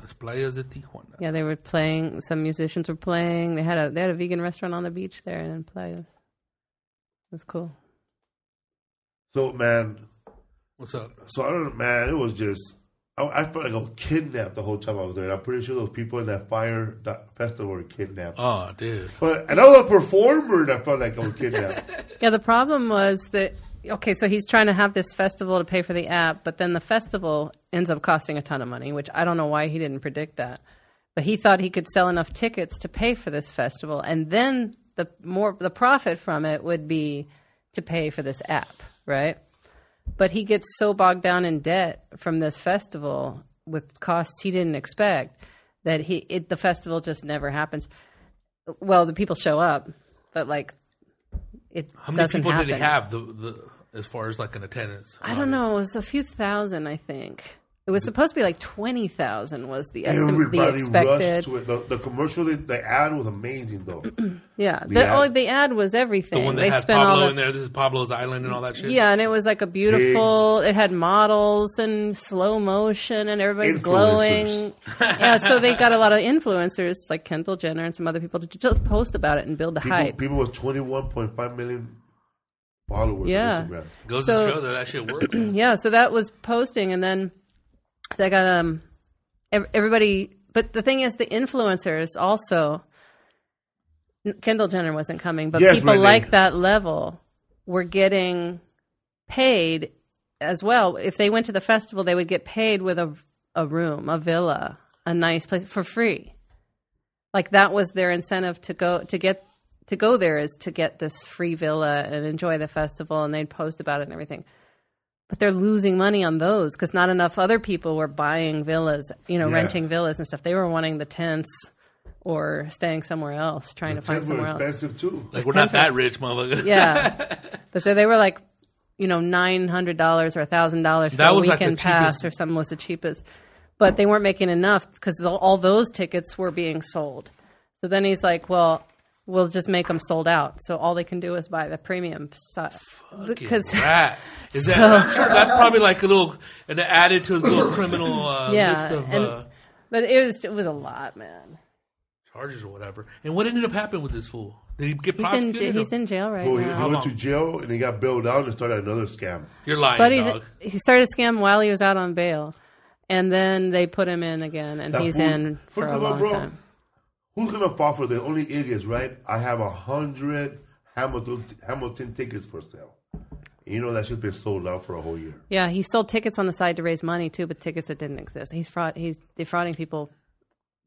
D: Las playas de Tijuana.
E: Yeah, they were playing. Some musicians were playing. They had a they had a vegan restaurant on the beach there and in Playas. It was cool.
C: So man,
D: What's up?
C: so I don't man, it was just I, I felt like I was kidnapped the whole time I was there. And I'm pretty sure those people in that fire that festival were kidnapped.
D: Oh, dude.
C: But and I was a performer and I felt like I was kidnapped.
E: Yeah, the problem was that okay, so he's trying to have this festival to pay for the app, but then the festival ends up costing a ton of money, which I don't know why he didn't predict that. But he thought he could sell enough tickets to pay for this festival, and then the more the profit from it would be to pay for this app, right? But he gets so bogged down in debt from this festival with costs he didn't expect that he it, the festival just never happens. Well, the people show up, but like it
D: How many
E: doesn't
D: people
E: happen.
D: did he have? The the as far as like an attendance. Uh,
E: I don't know. It was a few thousand, I think. It was supposed to be like twenty thousand was the estimate, the
C: Everybody rushed
E: expected.
C: to it. The, the commercial, the, the ad was amazing though.
E: Yeah, the,
C: ad.
E: oh, the ad was everything.
D: The one that
E: they
D: has
E: spent
D: Pablo
E: all the,
D: in there. This is Pablo's Island and all that shit.
E: Yeah, and it was like a beautiful. It had models and slow motion, and everybody's glowing. yeah, so they got a lot of influencers like Kendall Jenner and some other people to just post about it and build the
C: People,
E: hype.
C: people with 21.5 million followers
E: Yeah.
C: on Instagram.
D: Goes
E: So-
D: to show that that shit worked.
E: yeah, so that was posting, and then they got um ev- everybody. But the thing is, the influencers also. Kendall Jenner wasn't coming, but
C: Yes,
E: people
C: Renee.
E: like that level were getting paid as well. If they went to the festival, they would get paid with a a room, a villa, a nice place for free. Like that was their incentive to go to get to go there is to get this free villa and enjoy the festival, and they'd post about it and everything. But they're losing money on those because not enough other people were buying villas, you know,
C: Yeah.
E: renting villas and stuff. They were wanting the tents or staying somewhere else, trying to find
C: Tickets were
E: somewhere else.
C: expensive too.
D: Like we're not
E: Expensive.
D: that rich, motherfucker.
E: Yeah. but so they were like, you know, nine hundred dollars or thousand dollars for
D: That
E: a
D: was, like,
E: weekend
D: the
E: pass
D: cheapest-
E: or something was the cheapest. But they weren't making enough because all those tickets were being sold. So then he's like, well, we'll just make them sold out. So all they can do is buy the premium side because
D: Rat. Is that, I'm sure that's probably like a little an added to his little criminal uh,
E: Yeah,
D: list of
E: and-
D: uh,
E: but it was it was a lot, man.
D: charges or whatever. And what ended up happening with this fool? Did he get
E: He's in
D: prosecuted?
E: j-
D: or-
E: he's in jail right
C: So he,
E: now.
C: he went to jail and he got bailed out and started another scam.
D: You're lying,
E: But he's,
D: dog.
E: he started a scam while he was out on bail, and then they put him in again, and
C: That
E: he's
C: fool-
E: in for
C: First
E: a
C: of all,
E: long
C: bro,
E: time.
C: Who's gonna fall for this? Only idiots, right? I have a hundred Hamilton Hamilton tickets for sale. You know that should be sold out for a whole year.
E: Yeah, he sold tickets on the side to raise money too, but tickets that didn't exist. He's fraud. He's defrauding people.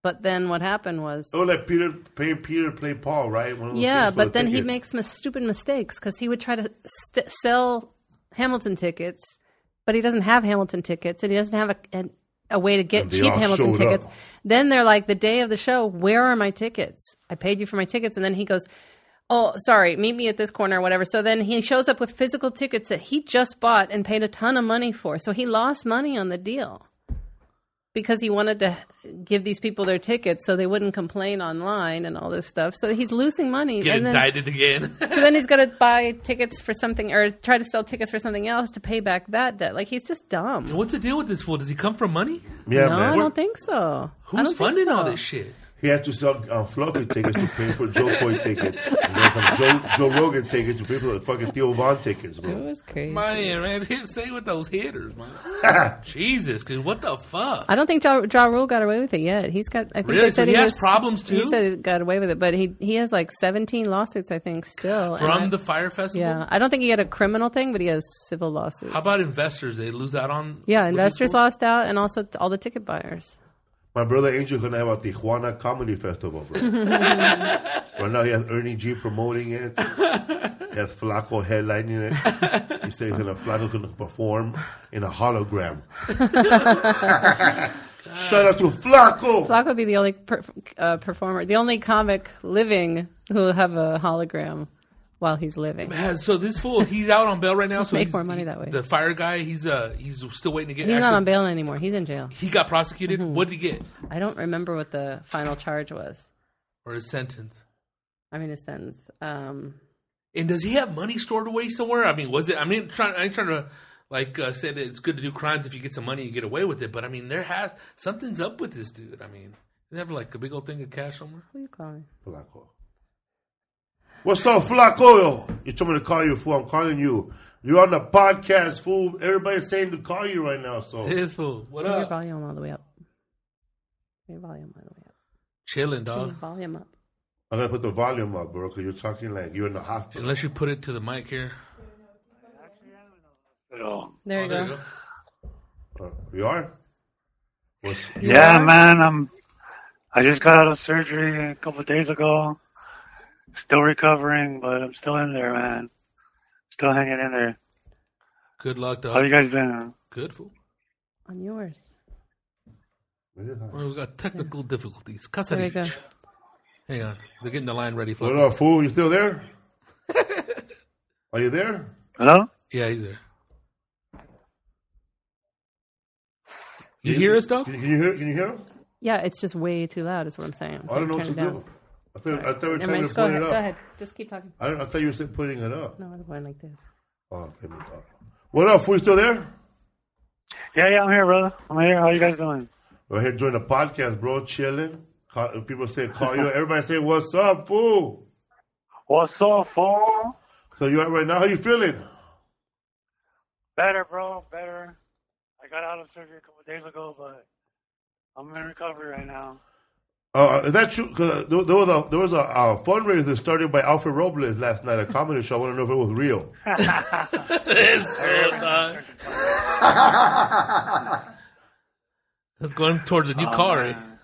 E: But then what happened was,
C: Oh, like Peter pay Peter play Paul, right? One of those
E: yeah.
C: things for
E: But then he
C: tickets.
E: makes mis- stupid mistakes because he would try to st- sell Hamilton tickets, but he doesn't have Hamilton tickets, and he doesn't have a, an, a way to get
C: And they
E: cheap
C: all showed
E: Hamilton
C: up.
E: tickets. Then they're like, the day of the show, where are my tickets? I paid you for my tickets, and then he goes. Oh, sorry. Meet me at this corner or whatever. So then he shows up with physical tickets that he just bought and paid a ton of money for. So he lost money on the deal. because he wanted to give these people their tickets so they wouldn't complain online and all this stuff. So he's losing money.
D: Get
E: and then,
D: indicted again.
E: so then he's got to buy tickets for something or try to sell tickets for something else to pay back that debt. Like he's just dumb.
D: What's the deal with this fool? Does he come from money?
C: yeah,
E: no, I
C: man.
E: don't think so. I
D: Who's
E: don't think
D: funding
E: so.
D: all this shit?
C: He had to sell uh, Fluffy tickets to pay for Joe Coy tickets. And then from Joe, Joe Rogan tickets to pay for the fucking Theo Von tickets,
E: It
C: bro.
E: was crazy.
D: Man, man, hit, stay with those hitters, man. Jesus, dude, what the fuck?
E: I don't think Ja, ja Rule got away with it yet. He's got. I think
D: Really?
E: they
D: So
E: said
D: he has
E: was-
D: problems, too?
E: He said he got away with it, but he he has like 17 lawsuits, I think, still and I-
D: From the fire festival?
E: Yeah, I don't think he had a criminal thing, but he has civil lawsuits.
D: How about investors? They lose out on.
E: yeah,
D: with
E: investors
D: these fools?
E: lost out, and also t- all the ticket buyers.
C: My brother Angel gonna have a Tijuana comedy festival, bro. right now he has Ernie G promoting it. He has Flaco headlining it. He says that Flaco's gonna perform in a hologram. Shout out to Flaco.
E: Block would be the only per, uh, performer, the only comic living who will have a hologram while he's living.
D: Has- so this fool, he's out on bail right now. So
E: Make
D: he's-
E: more money
D: he-
E: that way.
D: The fire guy, he's uh, he's still waiting to get.
E: He's not
D: actual-
E: on bail Mm-hmm. anymore. He's in jail.
D: He got prosecuted. What did he get
E: I don't remember what the final charge was.
D: for his sentence?
E: I mean, his sentence. Um,
D: And does he have money stored away somewhere? I mean, was it? I mean, trying. I ain't trying to like uh, say that it's good to do crimes if you get some money and get away with it. But I mean, there has something's up with this dude. I mean, they have like a big old thing of cash somewhere.
E: who are you calling?
C: Flaco. What's up, Flaco? You told me to call you, fool. I'm calling you. You're on the podcast, fool. Everybody's saying to call you right now, so
D: This fool, what
E: Turn
C: Uh.
E: your
D: up?
E: volume all the way up. Turn your volume all the way up.
D: Chilling,
C: Uh.
E: Turn
D: dog.
E: your volume up.
C: I'm gonna put the volume up, bro, because you're talking like you're in the hospital.
D: Unless you put it to the mic here.
E: There
C: Oh,
E: you
D: There
E: go.
D: you go.
C: Uh, you are? What's,
F: Yeah, man. I'm. I just got out of surgery a couple of days ago. Still recovering, but I'm still in there, man. Still hanging in there.
D: Good luck,
F: How you
D: dog.
F: guys been?
D: Good fool.
E: On yours.
C: what
D: Well, we got technical difficulties.
E: There you go.
D: Kasarich. Hang on. They're getting the line ready. Flo.
C: up, fool? You still there? are you there?
F: Hello?
D: Yeah, he's there. You hear us, dog?
C: Can, you- can you hear? Can you hear him?
E: Yeah, it's just way too loud. Is what I'm saying. So
C: I don't know what
E: turn
C: to
E: it down.
C: do. I thought, I thought we were
E: Never
C: trying
E: mind.
C: to
E: Just go
C: put
E: ahead.
C: it
E: Go
C: up.
E: ahead. Just keep talking.
C: I, don't, I thought you were putting it up.
E: No, I'm going like this.
C: Oh, there we go. What up, fool? You still there?
F: Yeah, yeah, I'm here, brother. I'm here. How you guys doing?
C: We're here doing the podcast, bro. Chilling. Call, people say call you. Everybody say what's up, fool.
F: What's up, fool?
C: So you are right now? How you feeling?
F: Better, bro. Better. I got out of surgery a couple of days ago, but I'm in recovery right now.
C: Uh, is that true? Cause there, there was a there was a, uh fundraiser started by Alfred Robles last night, a comedy show. I want to know if it was real.
D: It's real, dog. It's going towards a new car. eh?
F: man.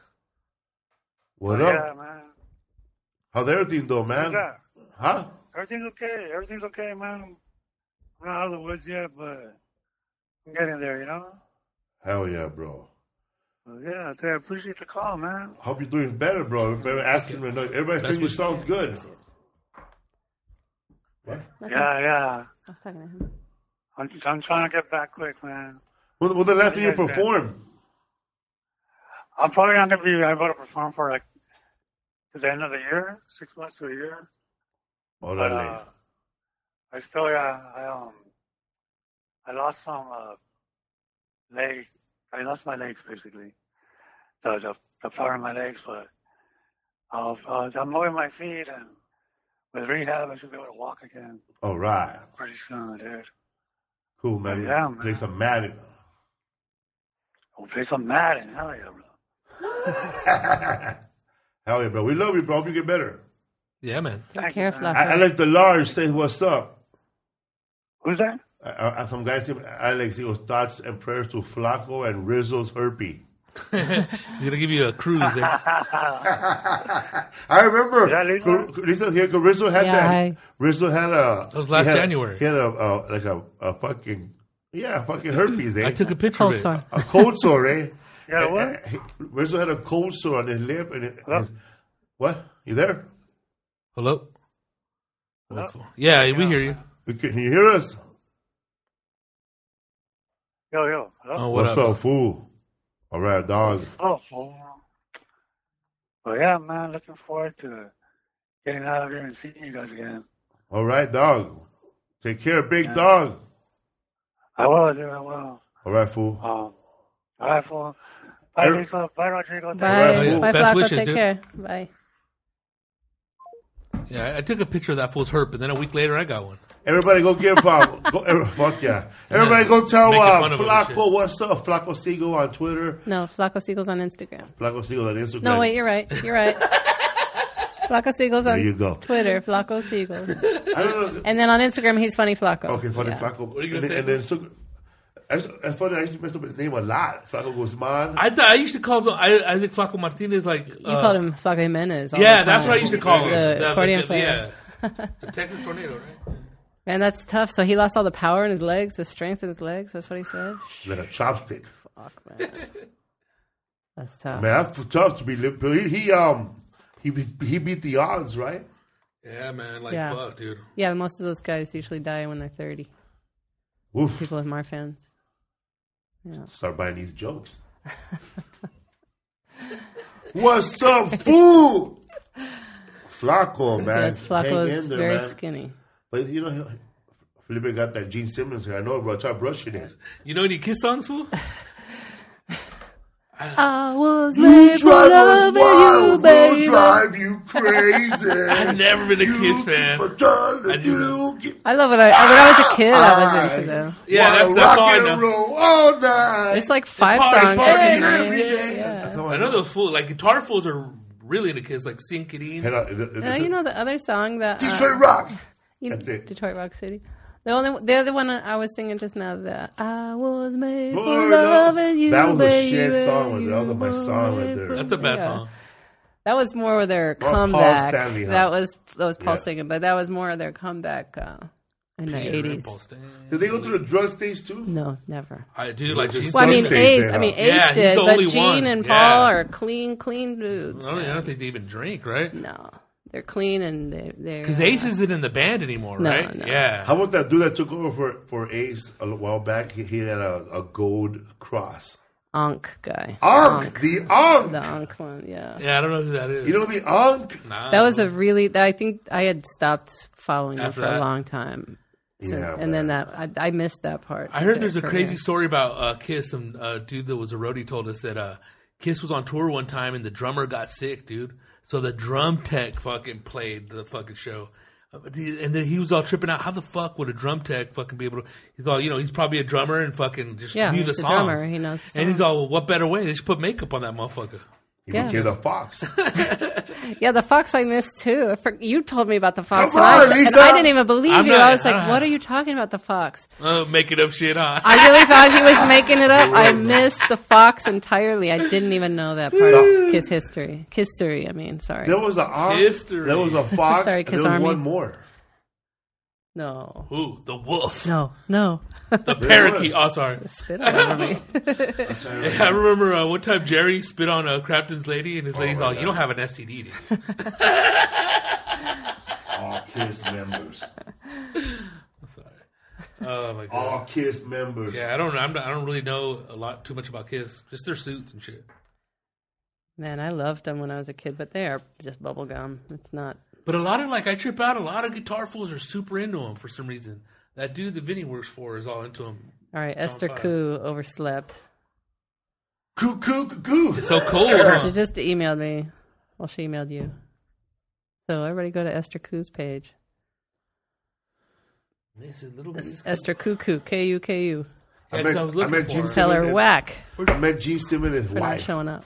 C: What
F: Oh, Yeah,
C: up?
F: man.
C: How's everything though, man?
F: What's up?
C: Huh?
F: Everything's okay. Everything's okay, man. I'm I'm not out of the woods yet, but I'm getting there, you know?
C: Hell yeah, bro.
F: But yeah, I tell you, I appreciate the call, man.
C: Hope you're doing better, bro. Better asking right now. Everybody saying you
D: what-
C: sounds good. What?
F: Yeah, yeah.
E: I was talking to him.
F: I'm, I'm trying to get back quick, man.
C: When, when the last time you
F: Yeah, yeah.
C: performed?
F: I'm probably not going to be able to perform for like to the end of the year, six months to a year.
C: Oh,
F: But
C: that
F: uh,
C: late.
F: I still, yeah, I, um, I lost some uh, legs. I lost my legs, basically. The, the, the power in my legs, but I'll, uh, I'm moving my feet, and with rehab, I should be able to walk again
C: All right.
F: pretty soon, dude.
C: Cool, man.
F: Yeah, man.
C: Play some Madden.
F: We'll play some Oh, Madden. Hell yeah, bro.
C: Hell yeah, bro. We love you, bro. Hope you get better.
D: Yeah, man.
E: Take
F: Thank
E: care,
F: you, man.
E: Fluffy.
C: I, Alex DeLarge says, What's up?
F: Who's that?
C: I, I, some guy said, Alex, he goes, thoughts and prayers to Flacco and Rizzo's herpy.
D: He's going to give you a cruise. Eh?
C: I remember.
F: Yeah, Lisa.
C: Car- Lisa here. Car- Rizzo had
E: Yeah,
C: that.
E: I-
C: Rizzo had a. That
D: was last
C: he had a-
D: January.
C: He had a, a like a, a fucking yeah, fucking herpes. Eh?
D: I took a picture
E: Cold
D: of it.
E: sore.
C: a cold sore. Eh? eh.
F: Yeah,
C: And-
F: what?
C: and he- Rizzo had a cold sore on his lip and it,
F: Hello?
C: his- what? You there?
D: Hello? Yeah, we hear you.
C: You Can can you hear us?
F: Yo, yo. Hello?
D: Oh, what
C: What's
D: up?
C: fool? All right, dog.
F: Hello, fool. But yeah, man, looking forward to getting out of here and seeing you guys again.
C: All right, dog. Take care, big dog.
F: I will, dude. I will.
C: All right, fool.
F: Um, all right, fool. Bye, Lisa. Bye, Rodrigo.
E: Bye.
D: Oh, yeah.
E: Bye,
D: Best
E: Flacco.
D: wishes,
E: Take
D: dude.
E: care. Bye.
D: Yeah, I- I took a picture of that fool's herp, and then a week later I got one.
C: Everybody go give Bob. go, er, fuck yeah. Everybody go tell
D: Making
C: uh,
D: fun of him and
C: Flaco what's up. Flaco Sigo on Twitter.
E: No, Flaco Siegel's on Instagram.
C: Flaco Sigo on Instagram.
E: No, wait, you're right. You're right. Flaco Siegel's
C: There
E: on
C: you go.
E: Twitter. Flaco Siegel.
C: I don't know.
E: And then on Instagram, he's Funny Flaco.
C: Okay, funny
E: Yeah.
C: Flaco.
D: are you
C: and,
D: gonna
C: then-
D: say?
C: And then so, that's, that's funny. I used to mess up his name a lot. Flaco Guzman.
D: I thought I used to call him I, Isaac Flaco Martinez. Like uh,
E: You called him Flaco Jimenez. all
D: Yeah,
E: the
D: that's
E: time.
D: what I used to call him.
E: The
D: The-
E: accordion
D: the-
E: player.
D: Yeah, the Texas tornado, right?
E: Man, that's tough. So he lost all the power in his legs, the strength in his legs. That's what he said.
C: like a chopstick.
E: Fuck, man. That's tough.
C: Man, that's tough to be. li- but He, he um he be- he beat the odds, right?
D: Yeah, man. Like
E: Yeah.
D: fuck, dude.
E: Yeah, most of those guys usually die when they're 30.
C: Oof.
E: People with Marfan's.
C: Start buying these jokes. What's up, fool? Flaco, man.
E: Yes, Flacco
C: Hang
E: is
C: in there,
E: very
C: man.
E: skinny.
C: But you know, Felipe got that Gene Simmons here. I know, bro. Try brushing it.
D: You know any Kiss songs, fool?
E: I was
C: You
E: made for
C: drive us
E: loving you,
C: wild.
E: baby.
C: We'll drive you crazy.
D: I've never been a
C: You
D: Kiss fan.
C: keep on
D: I
C: turning,
D: do
C: you keep
E: I love it. I, I- when I was a kid, I was into
C: I-
E: them.
D: Yeah,
C: wanna
D: that's,
C: rock
D: that's all I
C: and
D: know.
C: roll all night.
E: There's like five
D: party,
E: songs.
D: party
E: Yeah,
C: every
E: yeah,
C: day.
E: yeah.
C: That's all
D: I know those fools. Like guitar fools are really into Kiss. Like Sinkedine.
C: Hang on, is it- is
E: Uh,
C: it-
E: you know the other song that uh,
C: Detroit rocks.
E: you
C: That's it.
E: Detroit Rock City. The only the other one I was singing just now. The I was made for
C: Lord,
E: loving you.
C: that was a
E: baby,
C: shit song right there. That was
E: you
C: my song right
E: were
C: there.
E: made
D: That's a bad
E: Yeah.
D: song.
E: That was more of their
C: Paul
E: comeback.
C: Stanley, huh?
E: That was that was Paul
C: Yeah.
E: singing, but that was more of their comeback uh, in the
D: Peter
E: eighties.
D: Paul Stanley.
C: Did they go through the drug stage too?
E: No, never.
D: I do like just.
E: Well, I
C: Some
E: mean,
C: stage
E: Ace.
C: they
E: I mean,
C: have.
E: Ace
D: Yeah, he's
E: did,
D: the
E: but
D: only
E: Gene
D: one.
E: and
D: Yeah.
E: Paul are clean, clean dudes.
D: I don't, I
E: man.
D: don't think they even drink, right?
E: No, they're clean and they they're
D: Because
E: uh,
D: Ace isn't in the band anymore,
E: No,
D: right?
E: no.
D: Yeah.
C: How about that dude that took over for, for Ace a little while back? He, he had a, a gold cross.
E: Ankh guy.
C: Ankh, the Ankh.
E: The Ankh one, yeah.
D: yeah, I don't know who that is.
C: You know the Ankh?
D: Nah.
E: That was a really. I think I had stopped following them
D: Um, After
E: for
D: that?
E: a long time. So-
C: Yeah,
E: and then that I, I missed that part.
D: I
E: of
D: heard
E: their
D: there's a
E: career.
D: crazy story about uh, Kiss. Some uh, dude that was a roadie told us that uh, Kiss was on tour one time and the drummer got sick, dude. So the drum tech fucking played the fucking show. Uh, but he- And then he was all tripping out. How the fuck would a drum tech fucking be able to? He's all, you know, he's probably a drummer and fucking just
E: Yeah,
D: knew the
E: he's a
D: songs.
E: drummer. He knows the
D: And he's
E: songs.
D: all, well, what better way? They should put makeup on that motherfucker.
C: He
E: Yeah.
C: became the fox.
E: Yeah, the fox I missed too. I for- You told me about the fox,
C: Come
E: and, I,
C: on,
E: and
C: Lisa.
E: I didn't even believe
D: I'm
E: you.
D: not- uh-huh.
E: I was
D: I
E: like,
D: don't
E: "What
D: have-
E: are you talking about the fox?"
D: Uh, making up shit, huh?
E: I really thought he was making it up. I missed the fox entirely. I didn't even know that part of Kiss history. Kiss history. I mean, sorry.
C: There was a Ankh.
D: History.
C: There was a fox.
E: Sorry,
C: and
E: Kiss
C: there was
E: Army.
C: one more.
E: No,
D: Ooh, the wolf.
E: no, no.
D: The
C: There
D: parakeet.
C: was.
D: Oh, sorry.
E: Spit all over me.
D: Yeah, I remember uh, one time Jerry spit on uh, Crafton's lady, and his lady's
C: Oh my
D: all,
C: God.
D: "You don't have an STD." Dude.
C: All Kiss members.
D: oh my god.
C: All Kiss members.
D: Yeah, I don't. I'm not, I don't really know a lot too much about Kiss. Just their suits and shit.
E: Man, I loved them when I was a kid, but they are just bubble gum. It's not.
D: But a lot of like, I trip out. A lot of guitar fools are super into them for some reason. That dude that Vinny works for is all into them.
E: All right, Esther
D: five.
E: Koo overslept.
C: Coo, coo, coo, coo.
D: It's so cold. huh?
E: She just emailed me. Well, she emailed you. So everybody go to Esther Koo's page.
D: It's a little bit.
E: Esther Cuckoo, K U K U.
D: Yeah,
C: I
D: 'cause
C: met-
D: I was
C: I
D: looking
C: met
D: for
C: Jim
D: her.
E: Tell her
C: It-
E: whack
C: I met Gene Simmons and his
E: for not
C: wife.
E: showing up.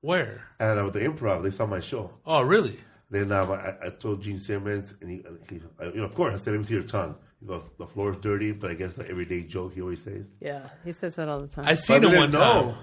D: Where?
C: And I was the improv. They saw my show.
D: Oh, really?
C: Then um, I, I told Gene Simmons, and he, he uh, you know, of course, I said, "Let me see your tongue." He goes, "The floor is dirty," but I guess the everyday joke he always says.
E: Yeah, he says that all the time.
D: I
C: But
D: seen him
C: didn't
D: one time.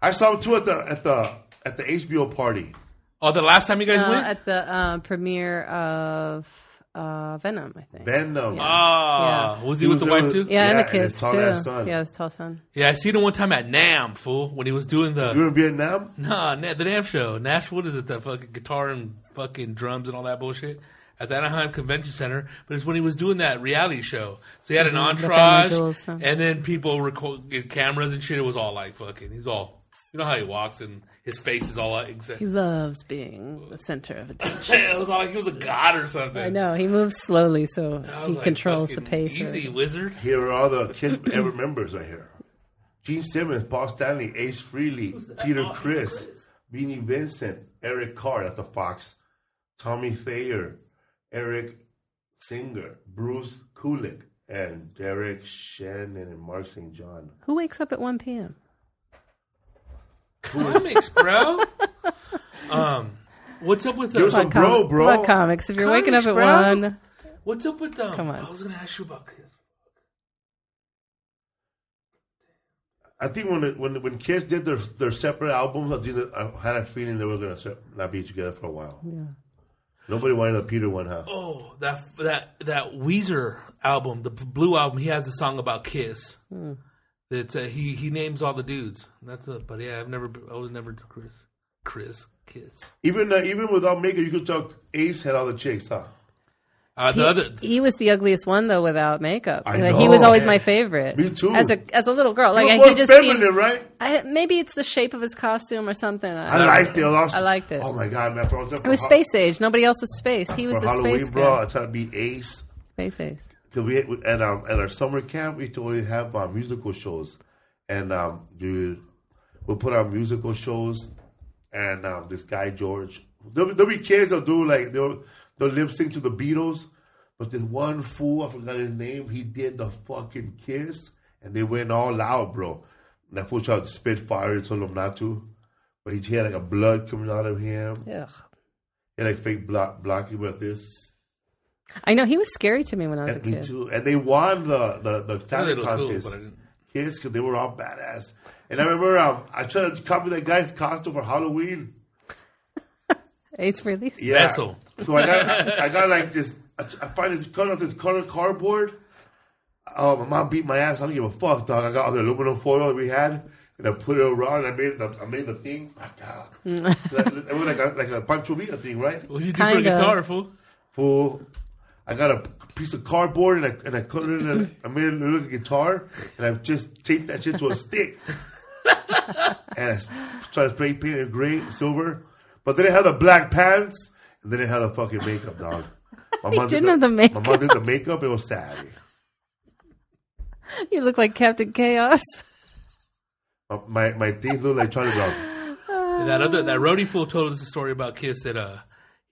C: I saw him too at the at the at the HBO party.
D: Oh, the last time you guys
E: Uh,
D: went.
E: at the uh, premiere of uh, Venom, I think.
C: Then um,
D: Ah,
E: Yeah.
D: was he,
C: He
D: with
C: was
D: the
C: in
D: wife
C: with-
D: too?
E: yeah, and
C: Yeah, and
E: the
C: his
E: kids too.
C: tall-ass son.
E: Yeah, his tall son.
D: Yeah, I seen him one time at Nam, fool, when he was doing the
C: you were in Vietnam.
D: Nah, Na- the damn show. Nash, what is it? The fucking guitar and fucking drums and all that bullshit at the Anaheim Convention Center. But it's when he was doing that reality show. So he had an
E: Mhm, the
D: entourage,
E: Family Jewels thing.
D: and then people record cameras and shit. It was all like fucking. He's all, you know how he walks and his face is all like,
E: He
D: exactly.
E: loves being the center of attention.
D: It was all like he was a god or something.
E: I know he moves slowly, so
D: I was
E: he
D: like,
E: controls the
D: fucking
E: pace.
D: Easy wizard.
C: Here are all the Kiss ever members right here. Gene Simmons, Paul Stanley, Ace Frehley, Peter
D: Oh, Peter
C: Chris,
D: Criss.
C: Beanie Vincent, Eric Carr, that's a Fox, Tommy Thayer, Eric Singer, Bruce Kulick, and Derek Shannon and Mark St. John.
E: Who wakes up at 1 p.m.?
D: Comics, bro. um, what's up with um, the?
C: There's some bro, bro.
E: What comics? If you're waking up
D: Comics,
E: at
D: bro.
E: 1,
D: What's up with them?
E: Come on.
D: I was gonna ask you about Chris.
C: I think when it, when when Kiss did their their separate albums, I, think I had a feeling they were gonna se- not be together for a while.
E: yeah.
C: Nobody wanted the Peter one, huh?
D: Oh, that that that Weezer album, the Blue album. He has a song about Kiss.
E: Hmm.
D: That uh, he he names all the dudes. That's a, but yeah, I've never been- I was never to Chris Chris Kiss.
C: Even uh, even without makeup, you could tell Ace had all the chicks, huh?
D: Uh, the
E: He,
D: other
E: he was the ugliest one though without makeup.
C: I
E: Like, he was
C: know.
E: always my favorite.
C: Me too.
E: As a as a little girl, like
C: You're
E: he
C: more
E: just
C: feminine,
E: seemed,
C: right?
E: I, maybe it's the shape of his costume or something. I,
C: I liked it. I, lost-
E: I liked it.
C: Oh my god, man! For, I was up
E: It was
C: for
E: space age. Nobody else was space. He
C: Ha-
E: was
C: for
E: the
C: Halloween,
E: space
C: bro. I
E: guy.
C: tried to be Ace.
E: Space ace.
C: Cause we had- at um at our summer camp we used to always have um, musical shows, and um dude, we'll put on musical shows, and um this guy George, there'll, be- there'll be kids that'll do like they'll they'll lip sync to the Beatles, but this one fool I forgot his name he did the fucking kiss, and they went all out, bro. And that fool tried to spit fire and told him not to, but he had like a blood coming out of him,
E: Ugh.
C: and like fake block blocking with this.
E: I know he was scary to me when I was a
C: And me
E: kid.
C: too. And they won the the, the
D: they
C: talent
D: look cool,
C: contest.
D: but I didn't-
C: Kids, because they were all badass. And I remember um, I tried to copy that guy's costume for Halloween.
E: Ace release.
C: Yeah.
D: Vessel.
C: So I got I got like this. I, I find this cut out this color cardboard. Oh, my mom beat my ass. I don't give a fuck, dog. I got all the aluminum foil that we had, and I put it around. And I made the I made the thing. Fuck, ah. it was like a, like a Pancho Villa thing, right?
D: What you do for a
E: Kinda.
D: guitar, fool?
C: Fool. I got a piece of cardboard and I and I cut it in a, I made a little guitar and I just taped that shit to a stick. and I s- tried to spray paint it gray and silver. But then it had the black pants and then it had the fucking makeup, dog. My mom
E: didn't have the makeup.
C: My mom did the makeup, it was sad.
E: You look like Captain Chaos.
C: My my, my teeth looked like Charlie Brown.
D: And that other that roadie fool told us a story about Kiss that uh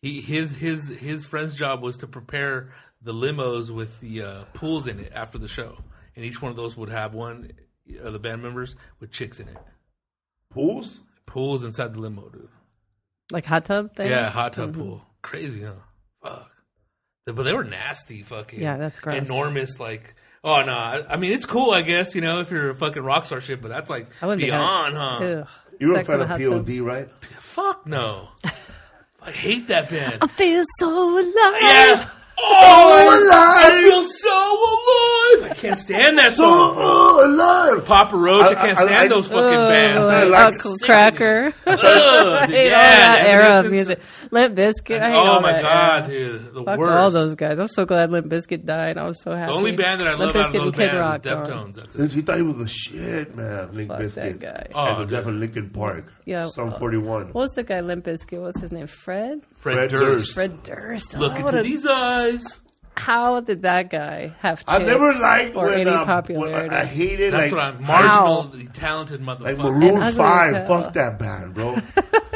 D: he his his his friend's job was to prepare the limos with the uh, pools in it after the show, and each one of those would have one of the band members with chicks in it.
C: Pools?
D: Pools inside the limo, dude.
E: Like hot tub things?
D: Yeah, hot tub pool. Crazy, huh? Fuck. They- But they were nasty, fucking.
E: Yeah, that's gross.
D: Enormous, like. Oh no! I, I mean, it's cool, I guess. You know, if you're a fucking rock star shit, but that's like
E: I wouldn't
D: beyond,
E: be
D: huh?
E: hot. Ugh.
C: You were a
E: Sex in
C: fan
E: a
C: of
E: hot
C: POD,
E: tub.
C: right?
D: Fuck no! I hate that band.
E: I feel so alive.
D: Yeah. Oh,
C: alive!
D: I feel so alive. I can't stand that
C: Oh,
D: song.
C: oh, alive!
D: Papa Roach. I,
C: I-
D: can't
C: I-
D: stand
C: I-
D: those fucking
E: Ugh,
D: bands. I
C: like
E: Uncle
D: sick.
E: Cracker. I
D: Ugh, dude,
E: Oh, hate all
D: yeah,
E: that era of
D: Evanescence.
E: music. Limp Bizkit. I hate
D: oh
E: all
D: my
E: that
D: god,
E: era.
D: dude, the
E: Fuck
D: worst.
E: all those guys. I'm so glad Limp Bizkit died. I was so happy.
D: The only band that I
E: Limp
D: love out of
E: Bizkit
D: those
E: and Kid
D: bands
E: Rock
D: is
E: gone.
D: Deftones. That's it.
C: He thought he was the shit, man. Link
E: Fuck
C: Biscuit.
E: that guy.
D: Oh,
C: and the guy
D: dude.
C: from Lincoln Park.
E: Yeah,
C: Psalm
E: uh,
C: 41.
E: What was the guy Limp Bizkit? What's his name? Fred?
D: Fred,
C: Fred
D: Durst.
C: Durst.
E: Fred Durst. Oh,
D: Look
E: what
D: into
E: a-
D: these eyes.
E: How did that guy have
C: I never
E: chicks
C: liked
E: or
C: when,
E: any
C: um,
E: popularity?
C: When I, I hated like
D: That's what I'm.
E: How?
D: Marginal, talented
C: like
D: motherfucker.
E: And
C: Maroon
E: ugly as hell.
C: Five. Fuck that band, bro.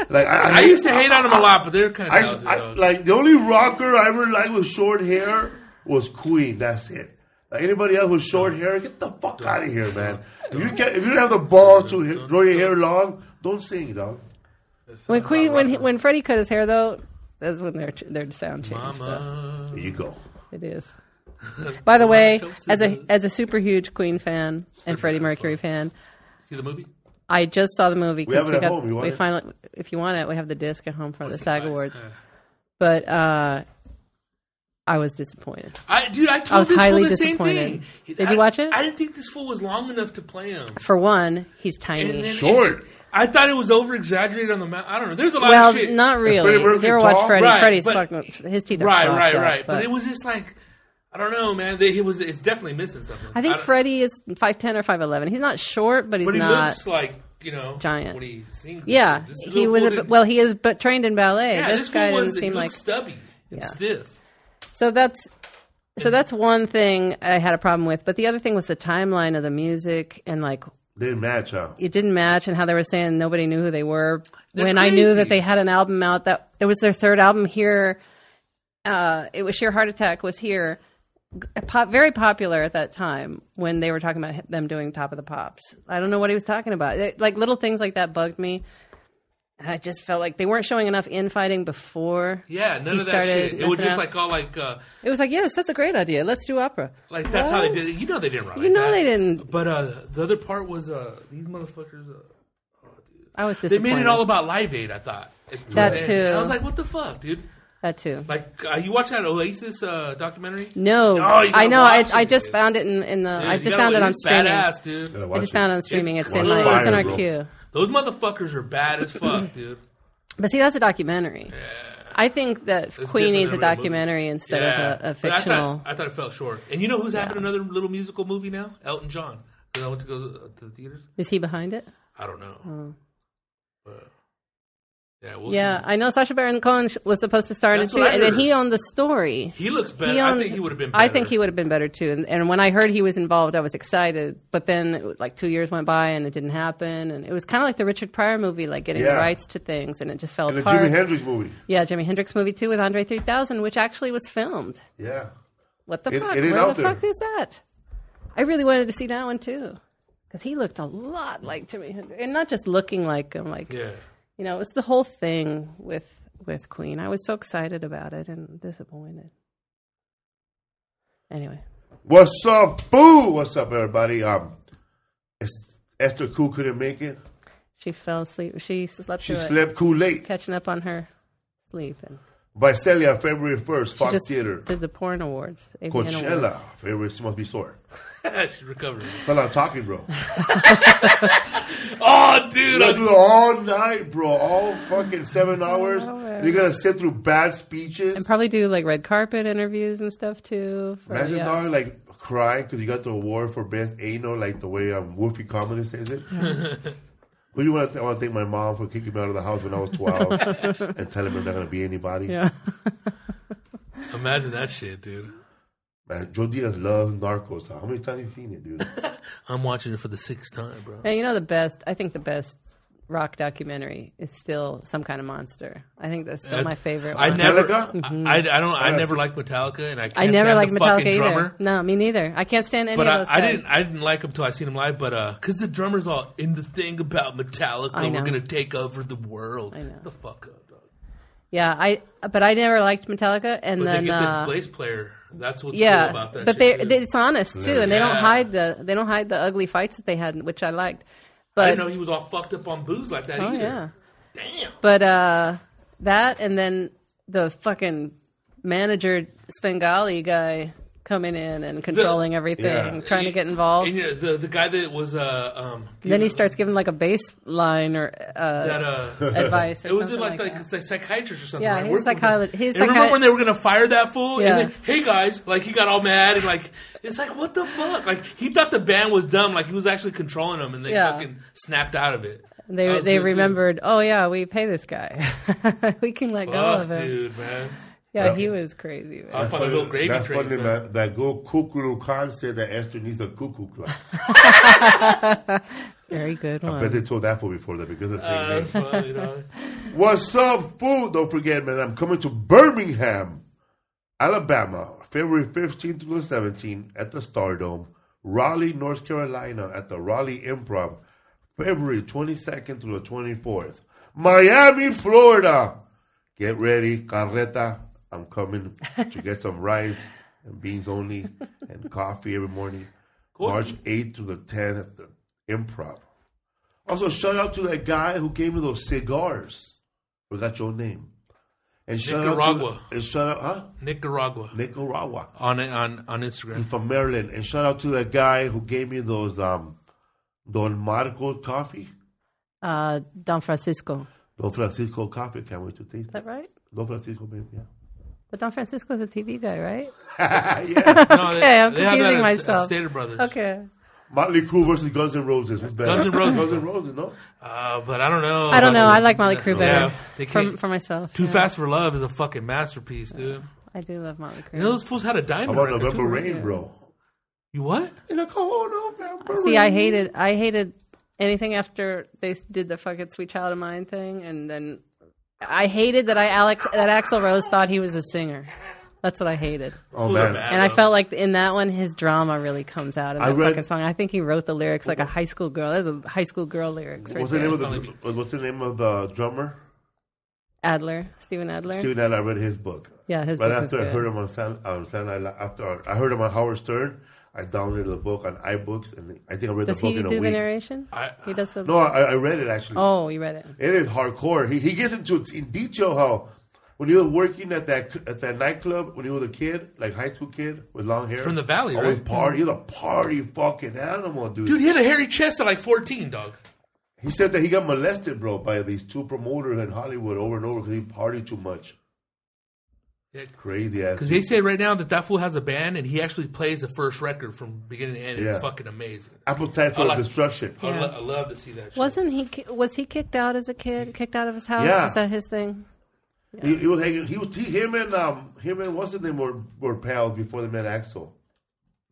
C: like I,
D: I used to hate on them a lot, but they're kind
C: I,
D: of
C: used-
D: talented.
C: I-
D: though.
C: like the only rocker I ever liked with short hair was Queen. That's it. Like anybody else with short hair, get the fuck out of here, man. If you can't, if you don't have the balls to grow your hair long, don't sing, dog.
E: when Queen, when he, when Freddie cut his hair though, that's when their their sound changed. so
D: Mama.
C: There you go.
E: It is. By the way,
D: Chelsea
E: as a
D: does.
E: as a super huge Queen fan and Freddie Mercury fan,
D: see the movie.
E: I just saw the movie
C: We have it
E: we
C: at home. You want
E: we
C: it?
E: finally if you want it, we have the disc at home for the SAG
D: Nice.
E: Awards.
D: Yeah.
E: But uh I was disappointed.
D: I, dude, I told
E: was
D: this
E: highly
D: fool the same
E: disappointed.
D: thing.
E: Did
D: I-
E: you watch it?
D: I didn't think this fool was long enough to play him.
E: For one, he's tiny.
D: And then
C: Short.
D: it's- I thought it was over exaggerated on the mount. I don't know. There's a lot
E: well,
D: of shit.
E: not really.
C: Freddie
E: If you ever
C: Mercury
E: watch
C: tall?
E: Freddie,
D: Right,
E: Freddie's
D: but-
E: fucking his teeth are
D: right,
E: fucked
D: right,
E: up,
D: right. But, it was just like I don't know, man. They, it was. It's definitely missing something.
E: I think
D: don't-
E: Freddie is five ten or five eleven. He's not short, but he's
D: But he
E: not.
D: looks like you know
E: giant.
D: when he sings.
E: yeah,
D: This
E: he
D: little
E: was.
D: fool
E: A,
D: didn't-
E: well, he is, but trained in ballet.
D: yeah,
E: this,
D: fool
E: guy
D: was,
E: didn't
D: he
E: seem
D: looked
E: like.
D: stubby and
E: Yeah.
D: stiff.
E: So that's so that's one thing I had a problem with. But the other thing was the timeline of the music and like
C: Didn't match, huh?
E: it didn't match and how they were saying nobody knew who they were
D: They're
E: when i knew that
D: crazy.
E: they had an album out that it was their third album here uh, it was sheer heart attack was here G- pop, very popular at that time when they were talking about hi- them doing top of the pops i don't know what he was talking about It- like little things like that bugged me And i just felt like they weren't showing enough infighting before
D: Yeah, none
E: he
D: of that
E: started
D: shit. It was
E: messing
D: just
E: up.
D: like all like uh
E: it was like yes that's a great idea let's do opera
D: like that's how they
E: What?
D: did it. You know they didn't write.
E: You
D: like
E: know
D: that.
E: they didn't.
D: But uh the other part was uh these motherfuckers. Uh,
E: i was
D: they
E: disappointed
D: made it all about Live Aid. I thought It-
E: That
D: and
E: too.
D: I was like, what the fuck, dude?
E: that too
D: Like uh, you watch that Oasis uh, documentary?
E: no
D: Oh, you gotta
E: i know I,
D: watch it,
E: I just
D: dude.
E: found it in, in the
D: Dude,
E: i
D: you
E: just
D: gotta-
E: found it on
D: it's
E: streaming
D: Badass, dude.
C: Gotta watch
E: I just
C: it.
E: found it on streaming. It's, in,
D: crazy.
E: my, it's in our
C: Fire, bro.
E: queue.
D: Those motherfuckers are bad as fuck, dude.
E: But see, that's a documentary. I think that Queen
D: different
E: needs
D: than
E: a
D: a real
E: documentary instead of a, a
D: But I thought-
E: fictional.
D: I thought, it fell short. And you know who's having another little musical movie now? Elton John. 'Cause I went to go to the theaters.
E: Is he behind it?
D: I don't know. But, yeah, we'll
E: Oh. Yeah,
D: see.
E: I know Sacha Baron Cohen sh- was supposed to star in it
D: That's
E: too,
D: what I
E: and then he
D: heard.
E: owned the story.
D: He looks better.
E: He
D: I
E: owned-
D: think he would have been. Better.
E: I think he would have been better too. And, and when I heard he was involved, I was excited. But then, like two years went by and it didn't happen. And it was kind of like the Richard Pryor movie, like getting
C: Yeah.
E: the rights to things, and it just fell
C: And the
E: apart.
C: Jimi Hendrix movie.
E: yeah, Jimi Hendrix movie too with Andre 3000, which actually was filmed.
C: Yeah.
E: What the
C: It-
E: fuck?
C: it ain't
E: Where
C: out
E: the
C: there.
E: fuck is that? I really wanted to see that one too, because he looked a lot like Jimi Hendrix, and not just looking like him. Like
D: Yeah.
E: you know, it was the whole thing with with Queen. I was so excited about it and disappointed. Anyway,
C: What's up, boo? What's up, everybody? Um, Es- Esther Cool couldn't make it.
E: she fell asleep. She slept
C: She
E: through it,
C: slept cool late.
E: catching up on her sleep, and
C: Visalia, February 1st,
E: she
C: Fox
E: just
C: Theater.
E: did the porn awards. AVN
C: Coachella,
E: awards.
C: February, she must be sore.
D: She's recovering.
C: Thought I'm talking, bro.
D: Oh, dude.
C: You're
D: I
C: gonna do it all night, bro. All fucking seven hours. You're gonna sit through bad speeches.
E: And probably do like red carpet interviews and stuff too. for-
C: Imagine
E: yeah.
C: dog like crying because you got the award for best anal, like the way um, Wolfie Comedy says it. Who do you want to? I want to thank my mom for kicking me out of the house when I was twelve and telling me I'm not gonna be anybody.
E: Yeah.
D: Imagine that shit, dude.
C: Man, Joe Diaz loves Narcos. How many times you seen it, dude?
D: I'm watching it for the sixth time, bro.
E: Yeah, you know the best. I think the best rock documentary is still some kind of monster. I think that's still
D: That-
E: my favorite.
D: I
E: one.
D: never,
C: Metallica?
D: I, I don't, I
C: Yeah.
D: never liked Metallica, and I can't
E: I never
D: stand
E: liked
D: the fucking
E: Metallica
D: drummer.
E: either. No, me neither. I can't stand any
D: But
E: of
D: I,
E: those
D: I
E: guys.
D: didn't, I didn't like him until I seen him live. But uh, because the drummers all in the thing about Metallica,
E: I
D: we're
E: know.
D: gonna take over the world.
E: know.
D: The fuck up, dog.
E: Yeah, I. But I never liked Metallica, and
D: But
E: then
D: they get
E: uh,
D: the bass player. That's what's
E: yeah,
D: cool about that.
E: but
D: shit,
E: they,
D: too.
E: they it's honest too, and they don't
D: Yeah.
E: hide the they don't hide the ugly fights that they had, which I liked. But
D: I didn't know he was all fucked up on booze like that
E: oh
D: either.
E: yeah,
D: Damn.
E: but uh, that and then the fucking manager Svengali guy coming in and controlling everything,
C: Yeah.
E: trying to get involved.
D: And yeah, the the guy that was uh um
E: then he starts giving like a baseline or uh,
D: that uh
E: advice. Or
D: It was
E: something
D: in like, like,
E: like, that.
D: it's like psychiatrist or something.
E: Yeah,
D: right?
E: he's
D: Working with
E: psycholo-
D: him.
E: he's
D: And
E: psychi-
D: remember when they were gonna fire that fool?
E: Yeah.
D: And then, hey guys, like he got all mad and like it's like what the fuck? Like he thought the band was dumb. Like he was actually controlling them, and they
E: Yeah.
D: fucking snapped out of it. That
E: They
D: was
E: they
D: good, too.
E: remembered. Oh yeah, we pay this guy. we can let go
D: Fuck,
E: of him.
D: dude, Uh, man.
E: Yeah, he was crazy. man.
D: Up on the little gravy
C: That's
D: train.
C: funny,
D: man.
C: man. That go Kukuru Khan said that Esther needs a cuckoo clock.
E: Very good
C: I bet
E: one.
C: they told that for before that because of the same
D: Uh,
C: name.
D: that's funny, dog.
C: What's up, fool? Don't forget, man, I'm coming to Birmingham, Alabama, February 15th through the 17th at the Stardome. Raleigh, North Carolina at the Raleigh Improv, February 22nd through the 24th. Miami, Florida. Get ready, Carreta. I'm coming to get some rice and beans only and coffee every morning. March 8th through the 10th at the Improv. Also, shout out to that guy who gave me those cigars. Forgot your name. And shout out
D: Nicaragua.
C: to and shout out, huh?
D: Nicaragua
C: Nicaragua.
D: on on on Instagram.
C: He's from Maryland. And shout out to that guy who gave me those um, Don Marco coffee.
E: Uh, Don Francisco. Is
C: Don Francisco coffee. Can't wait to taste it.
E: that right?
C: Don Francisco, baby.
E: But Don Francisco's a TV guy, right?
C: Yeah. yeah.
D: No, they-
E: Okay, I'm
D: they have that
E: confusing
D: at- at
E: myself.
D: Stater Brothers.
E: Okay.
C: Motley Crue versus Guns N' Roses. Who's better?
D: Guns N' Roses.
C: Guns N' Roses, no?
D: Uh, but I don't know.
E: I don't
D: about
E: know.
D: those-
E: I like Molly Crew
D: Yeah,
E: better
D: they
E: for,
D: can't-
E: for myself.
D: Too
E: yeah.
D: Fast for Love is a fucking masterpiece, dude.
E: I do love Molly Crew.
D: You know those fools had a
C: How
D: diamond.
C: about
D: record,
C: November
D: too, right?
C: Rain, bro?
D: You what?
C: In a cold November
E: See, I hated I hated anything after they did the fucking sweet child of mine thing, and then I hated that I Alex that Axl Rose thought he was a singer. That's what I hated,
C: Oh
D: Cool,
C: man,
D: man.
E: and I felt like in that one his drama really comes out in
C: I
E: that
C: read-
E: fucking song. I think he wrote the lyrics like a high school girl. That's a high school girl lyrics. Right
C: what's the
E: there.
C: name of the what's the name of the drummer?
E: Adler, Steven Adler.
C: See that I read his book.
E: yeah, his
C: Right
E: book was
C: after I
E: good.
C: heard him on San, on Saturday Night Live, after I heard him on Howard Stern, I downloaded the book on iBooks, and I think I read
E: Does
C: the book
E: he
C: in
E: do
C: a
E: the
C: week.
E: narration?
D: I-
E: he does the.
C: No, I, I read it actually.
E: oh, you read it.
C: It is hardcore. He, he gets into it in detail how when he was working at that at that nightclub when he was a kid, like high school kid with long hair
D: From the Valley,
C: always
D: right? Mm-hmm.
C: party. He's a party fucking animal, dude.
D: Dude, he had a hairy chest at like 14, dog.
C: He said that he got molested, bro, by these two promoters in Hollywood over and over because he partied too much. Crazy ass.
D: Because they say right now that that fool has a band and he actually plays the first record from beginning to end.
C: Yeah.
D: It's fucking amazing.
C: appetite for
D: I like-
C: destruction.
D: I,
E: Yeah.
D: lo- I love to see that. shit.
E: Wasn't he? ki- Was he kicked out as a kid? Kicked out of his house?
C: Yeah.
E: Is that his thing?
C: He, he was hanging. He was he, him and um him and what's his name were were pals before they met Axel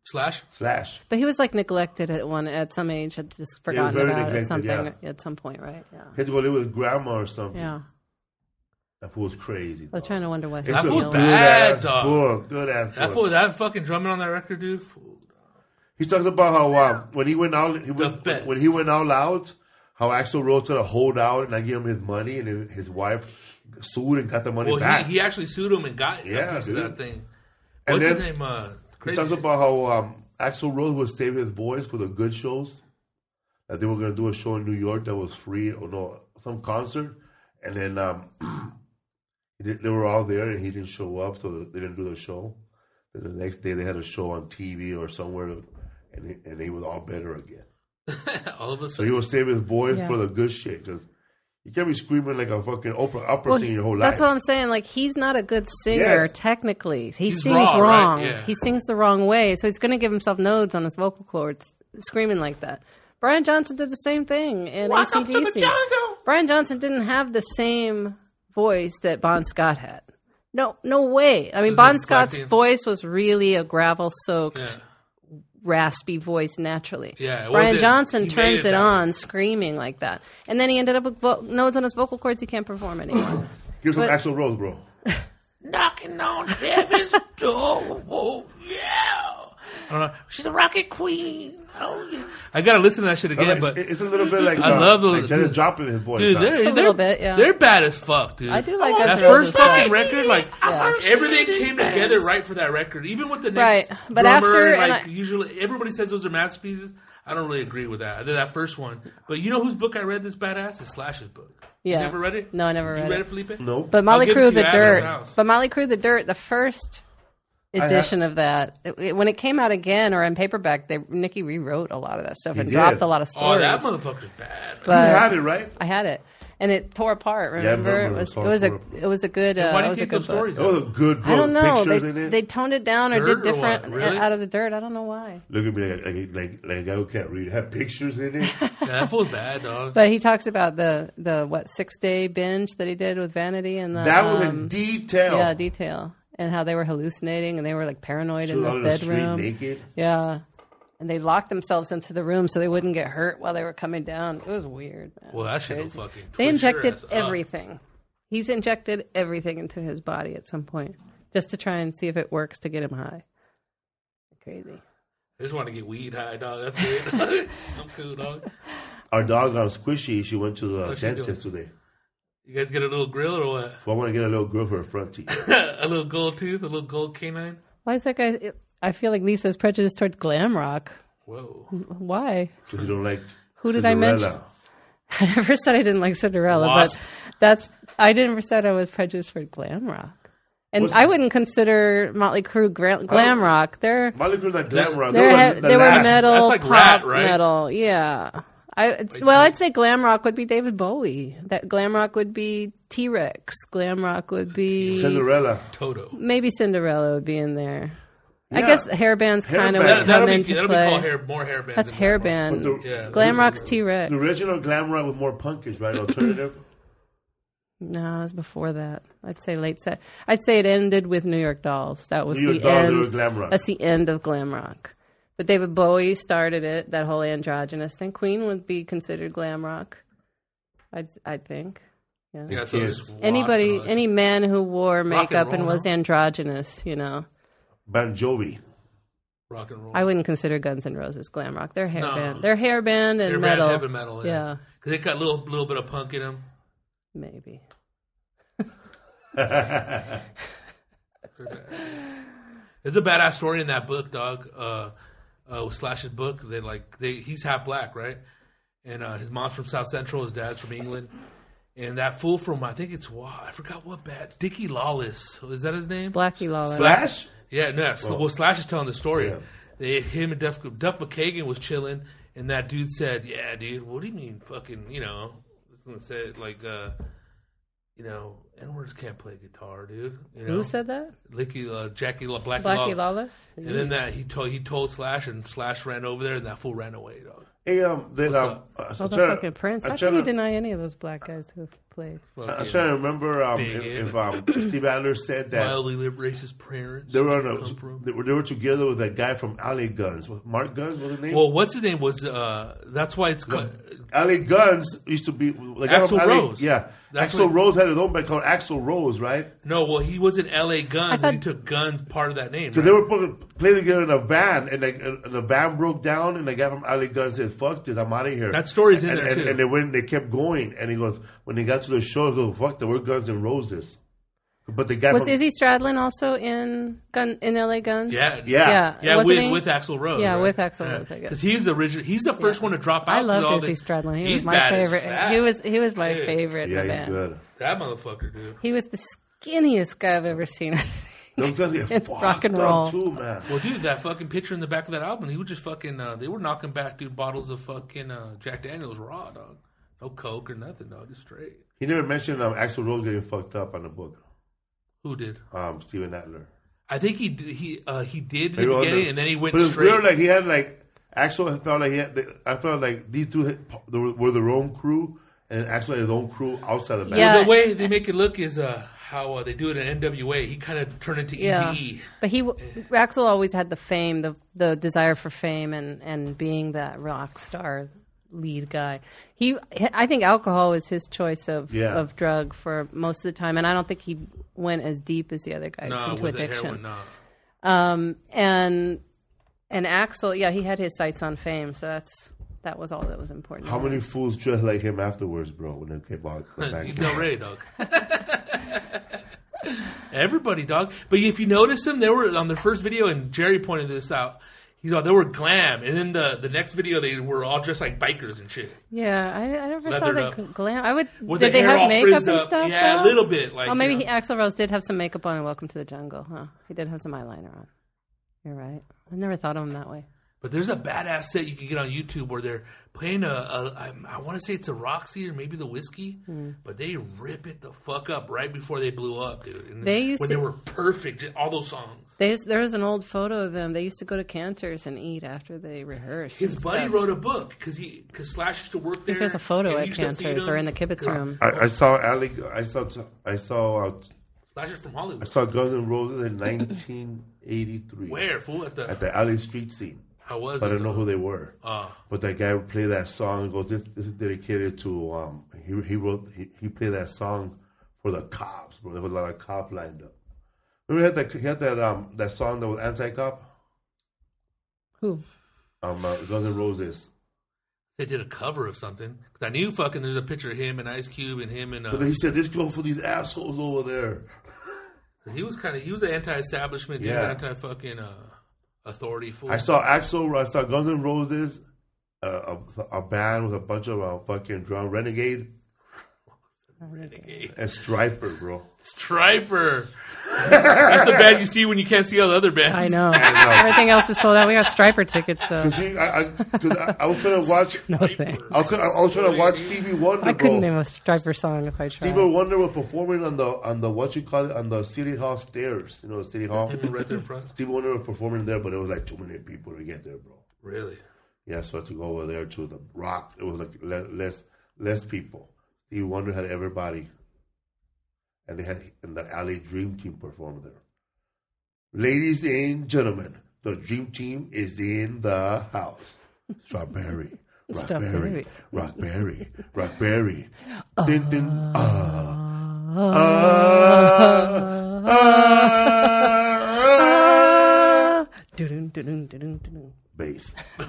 D: Slash?
C: Slash.
E: But he was like neglected at one at some age. Had just forgotten
C: very
E: about it.
C: neglected,
E: Something
C: yeah.
E: at some point, right? Yeah.
C: He had to go live with grandma or something.
E: Yeah.
C: That fool's crazy.
E: I was trying to wonder what.
C: It's
E: his
C: a
D: fool
E: deal
C: good
E: was.
D: bad,
C: ass
D: dog.
C: book. Good ass
D: That fool,
C: book.
D: that fucking drumming on that record, dude. fool.
C: He talks about how um, when he went out, he went,
D: best.
C: when he went out loud, how Axel Rose tried to hold out and I gave him his money and his wife sued and got the money
D: Well,
C: back.
D: he, he actually sued him and got
C: Yeah,
D: a piece
C: dude.
D: of that thing.
C: And
D: What's his
C: then-
D: name? Uh,
C: He
D: crazy
C: talks
D: shit.
C: about how um, Axel Rose would save his voice for the good shows. That they were going to do a show in New York that was free or no, some concert. And then um, he did- they were all there and he didn't show up, so they didn't do the show. Then the next day they had a show on TV or somewhere and he, and he was all better again.
D: all of a
C: So
D: sudden.
C: he would save his voice
E: Yeah.
C: for the good shit because you can't be screaming like a fucking opera, opera
E: Well,
C: singer your whole
E: that's what
C: life.
E: I'm saying. Like he's not a good singer
C: Yes.
E: technically. He
D: He's
E: sings
D: raw, right?
E: wrong.
D: Yeah.
E: He sings the wrong way, so he's going to give himself nodes on his vocal cords screaming like that. Brian Johnson did the same thing in
D: Welcome to the
E: AC/DC.
D: jungle.
E: Brian Johnson didn't have the same voice that Bon Scott had. No, no way. I mean,
D: This
E: Bon
D: is black
E: Scott's
D: people.
E: voice was really a gravel-soaked,
D: Yeah.
E: raspy voice naturally.
D: Yeah, it
E: Brian
D: wasn't-
E: Johnson
D: he made
E: turns
D: it
E: it
D: that way.
E: on, screaming like that, and then he ended up with vo- nodes on his vocal cords he can't perform anymore.
C: Here's some
E: but-
C: Axel Rose, bro.
D: knocking on heaven's door. Oh, yeah. I don't know. She's a rocket queen. Oh, yeah. I gotta listen to that shit again,
C: It's-
D: but
C: it's a little bit like,
D: I
C: uh,
D: love those-
C: like Janet
D: dude.
C: Joplin in his voice.
D: Dude,
C: now.
D: they're,
E: It's a
D: they're-
E: little bit, yeah.
D: They're bad as fuck, dude.
E: I do like
D: that
E: that
D: first
E: they're
D: fucking
E: bad.
D: record. Like
E: Yeah.
D: everything came together right for that record, even with the next
E: Right. But
D: drummer.
E: after-
D: and,
E: and
D: like
E: I-
D: usually, everybody says those are masterpieces. I don't really agree with that. I did that first one, but you know whose book I read? This badass is Slash's book.
E: Yeah.
D: you never read it?
E: No, I never
D: you
E: read
D: read
E: it.
D: it, Felipe?
C: Nope.
E: But Molly
D: give it to
E: Crew
D: you
E: the
D: after
E: Dirt.
D: the house.
E: But Molly Crew the Dirt, the first
C: have-
E: edition of that, it- it- when it came out again or in paperback, they Nikki rewrote a lot of that stuff and
C: did.
E: dropped a lot of
D: Oh,
E: stories.
D: that motherfucker's bad. man.
C: you
E: but
C: had it, right?
E: I had it, and it tore apart.
C: I
E: Remember,
C: remember
E: it was
C: it
E: it
C: tore
E: was a
C: apart.
E: it was a good. Uh,
D: Why
E: it
D: did
E: was
D: you
E: a
D: take
E: good
D: those
E: book.
D: stories?
C: That was
D: out?
C: a Oh, good book.
E: I don't know. They,
C: Pictures in it.
E: they toned it down or
D: Dirt
E: did
D: or what?
E: different
D: Really?
E: out of the dirt. I don't know why.
C: Look at me like, like, like, like a guy who can't read. Have pictures in it.
D: Yeah, that fool's bad, dog.
E: But he talks about the the what six day binge that he did with Vanity and the
C: That was
E: um,
C: in detail.
E: yeah detail and how they were hallucinating and they were like paranoid
C: She
E: in
C: was out
E: this
C: in the street
E: bedroom.
C: naked.
E: Yeah. And they locked themselves into the room so they wouldn't get hurt while they were coming down. It was weird. Man.
D: Well, that shit will
E: Crazy.
D: fucking.
E: They
D: twist your
E: injected
D: ass up.
E: everything. He's injected everything into his body at some point just to try and see if it works to get him high. Crazy.
D: I just want to get weed high, dog. That's it. I'm cool, dog.
C: Our dog got squishy. She went to the
D: How's she
C: dentist today.
D: You guys get a little grill or what?
C: So I want to get a little girl for her front teeth.
D: a little gold tooth, a little gold canine.
E: Why is that guy? I feel like Lisa's prejudiced toward glam rock.
D: Whoa.
E: Why?
C: Because you don't like
E: Who did I
C: Cinderella.
E: I never said I didn't like Cinderella,
D: Wasp.
E: but that's I never said I was prejudiced for glam rock. And
C: Was-
E: I wouldn't consider Motley Crue gra- glam
C: Oh.
E: rock. They're
C: Molly Crew's like glam rock.
E: They're
C: They were
E: he-
C: the
E: they were
C: last-
E: metal,
D: That's like
E: pop
D: Rat, right?
E: metal. Yeah. I, it's, well, I'd say glam rock would be David Bowie. That glam rock would be T Rex. Glam rock would be
C: Cinderella.
D: Toto.
E: maybe Cinderella would be in there. I
C: Yeah.
E: guess hair bands
C: Hair
E: kind of
C: band.
D: That,
E: would come
D: that'll be
E: into
D: that'll be
E: play.
D: called hair more hair bands.
E: That's
D: than
E: hair
D: glam rock.
E: band.
C: But the-
D: Yeah.
E: Glam rock's T Rex.
C: The original glam rock was more punkish, right? Alternative.
E: No, it was before that. I'd say late set. I'd say it ended with New York Dolls. That was
C: New York
E: the
C: Dolls, they
E: end.
C: were glam rock.
E: That's the end of glam rock. But David Bowie started it, that whole androgynous thing. Queen would be considered glam rock, I'd, I'd think. Yeah.
D: Yeah, so
C: Yes.
D: this wasp and all
E: Anybody,
D: that
E: any man who wore
D: Rock and
E: makeup and,
D: roll,
E: was
D: huh?
E: androgynous, you know,
C: Bon Jovi.
D: shit. rock and roll.
E: I wouldn't consider Guns N' Roses glam rock. They're hair
D: No.
E: band. They're hair band and
D: They're mad
E: metal.
D: heavy metal, yeah.
E: Yeah.
D: Cause they got a little little bit of punk in them.
E: Maybe.
D: There's a badass story in that book, dog. Uh, uh, Slash's book. They like they he's half black, right? And uh, his mom's from South Central, his dad's from England. And that fool from I think it's wow, I forgot what bad Dickie Lawless is that his name?
E: Blackie Lawless.
C: Slash?
D: Yeah, no. Sl- well, Slash is telling the story.
C: Yeah.
D: They him and Duff, Duff McKagan was chilling, and that dude said, "Yeah, dude, what do you mean, fucking, you know?" Someone said like, uh, you know, N words can't play guitar, dude. You know?
E: Who said that?
D: Licky, uh, Jackie, La- Blackie,
E: Blackie
D: Lawless.
E: Lawless?
D: And then that he told he told Slash, and Slash ran over there, and that fool ran away, dog.
C: Hey, um, then, um, uh,
D: up?
C: I- I try to-
E: Motherfucking Oh, Prince.
C: I
E: How
C: try
E: can you
C: to-
E: deny any of those black guys who have played?
C: I- I'm
D: Fucking
C: trying to remember um,
D: Big
C: if, if
D: Ed.
C: um, Steve Adler said that
D: Wildly lib- racist parents.
C: they were, on
D: where you come
C: a,
D: from.
C: they, were, they were together with that guy from Alley Guns. What, Mark Guns was his name?
D: Well, what's his name was? Uh, that's why it's called.
C: Alley Guns used to be the guy
D: Axl
C: from Alley-
D: Rose.
C: Yeah,
D: That's
C: Axel
D: what-
C: Rose had his own band called Axel Rose, right?
D: No, well, he was in L.A. Guns,
E: I thought-
D: and he took Guns part of that name.
C: So
D: right?
C: they were playing playing together in a van, and, like, uh, the van broke down, and the guy from Alley Guns said, "Fuck this, I'm out of here."
D: That story's in
C: and,
D: there,
C: and,
D: too.
C: And they went, they kept going, and he goes, when they got to the show, he goes, "Fuck, there were Guns and Roses." But the guy
E: Was
C: from,
E: Izzy Stradlin also in Gun in LA Guns?
D: Yeah,
C: Yeah.
E: Yeah.
D: yeah,
E: wasn't
D: with
E: he?
D: with Axl Rose.
E: Yeah,
D: right?
E: with Axl Rose, I guess.
D: because he's the original. He's the first one to drop out.
E: I
D: 'cause
E: love
D: all
E: Izzy
D: the-
E: Stradlin. He was
D: he's
E: my
D: bad as
E: favorite.
D: fuck.
E: He was he was my
D: Dude.
E: favorite in
C: yeah,
E: the
C: he's
E: band.
C: good.
D: that motherfucker, dude.
E: He was the skinniest guy I've ever seen.
C: Those guys get
E: It's
C: fucked
E: rock and
C: up,
E: roll.
C: too, man.
D: Well, dude, that fucking picture in the back of that album, he was just fucking. Uh, they were knocking back, dude, bottles of fucking uh, Jack Daniels raw, dog. No coke or nothing, dog. Just straight.
C: He never mentioned um, Axel Rose getting fucked up on the book.
D: Who did?
C: Um, Steven Adler.
D: I think he did, he uh, he did
C: They
D: in
C: were
D: the
C: on
D: beginning,
C: the-
D: and then he went
C: but it's
D: straight.
C: Weird, like he had like actual. I felt like he had. I felt like these two had, they were, were their own crew, and actually his own crew outside the band.
E: Yeah.
D: the way they make it look is uh, how uh, they do it in NWA. He kind of turned into
E: yeah,
D: Easy E.
E: but he Axel always had the fame, the the desire for fame, and and being that rock star lead guy. He, I think alcohol was his choice of
C: Yeah.
E: of drug for most of the time, and I don't think he went as deep as the other guys
D: No,
E: into
D: with the
E: addiction.
D: heroin, no.
E: Um, and and Axel, yeah, he had his sights on fame, so that's that was all that was important.
C: How many fools dressed like him afterwards, bro? When they came out, the
D: He's
C: back
D: Del Rey, dog. Everybody, dog. But if you notice them, they were on their first video, and Jerry pointed this out. He's all they were glam, and then the the next video they were all dressed like bikers and shit.
E: Yeah, I, I never saw
D: Leathered
E: that
D: up.
E: gl- glam. I would.
D: With
E: did
D: the
E: they
D: hair
E: have
D: all
E: makeup
D: frizzed
E: and
D: up.
E: stuff?
D: Yeah, a
E: though?
D: little bit, like,
E: oh, maybe
D: you
E: he,
D: know.
E: Axl Rose did have some makeup on. in Welcome to the Jungle, huh? He did have some eyeliner on. You're right. I never thought of him that way.
D: But there's a badass set you can get on YouTube where they're playing a, a I, I want to say it's a Roxy or maybe the whiskey,
E: Hmm.
D: but they rip it the fuck up right before they blew up, dude. And
E: They used
D: when
E: to-
D: they were perfect, all those songs.
E: They, there was an old photo of them. They used to go to Cantor's and eat after they rehearsed.
D: His
E: and
D: buddy
E: stuff.
D: wrote a book because he because Slash used to work there.
E: I think there's a photo
D: and he
E: at
D: used to feed
E: Cantor's
D: him
E: or in the kibitz
D: 'cause
E: room.
C: I, I saw Ali. I saw. I saw. Uh,
D: Slash is from
C: I
D: Hollywood.
C: saw Guns N' Roses in 1983.
D: Where fool at the,
C: At the Alley Street scene.
D: how was
C: But I
D: it?
C: don't know who they were.
D: Ah.
C: But that guy would play that song and goes, this, this is dedicated to, um, he, he wrote, he, he played that song for the cops, bro. There was a lot of cop lined up. Remember he had that, he had that, um, that song that was anti-cop?
E: Who?
C: Um, uh, Guns N' Roses.
D: they did a cover of something. 'Cause I knew fucking there's a picture of him and Ice Cube and him and uh,
C: But then he said, this go for these assholes over there.
D: he was kind of he was an anti-establishment,
C: Yeah.
D: yeah. anti fucking uh, authority fool.
C: I saw Axel, I saw Guns N' Roses, uh, a, a band with a bunch of uh, fucking drum, Renegade
D: renegade.
C: and Striper, bro.
D: Striper. That's the band you see when you can't see all the other bands.
E: I know. Everything else is sold out. We got striper tickets, so
C: Cause he, I, I, 'cause I, I was trying to watch,
E: no thanks.
C: I was, I was trying to watch Stevie Wonder,
E: I couldn't
C: bro.
E: name a striper song if I tried.
C: Stevie Wonder was performing on the on the what you call it on the city hall stairs. You know, the city hall.
E: Mm-hmm.
D: Right there in front.
C: Stevie Wonder was performing there, but it was like too many people to get there, bro.
D: Really?
C: Yeah, so I had to go over there to the rock. It was like le- less less people. Stevie Wonder had everybody, and they had and the Alley Dream Team performed there. Ladies and gentlemen, The dream team is in the house. Strawberry. Rockberry,
E: Strawberry.
C: Rockberry, Rockberry. Din, din, ah. Ah. Ah.
E: Ah, doo-doo, doo-doo, doo-doo, doo-doo.
C: Bass. Twice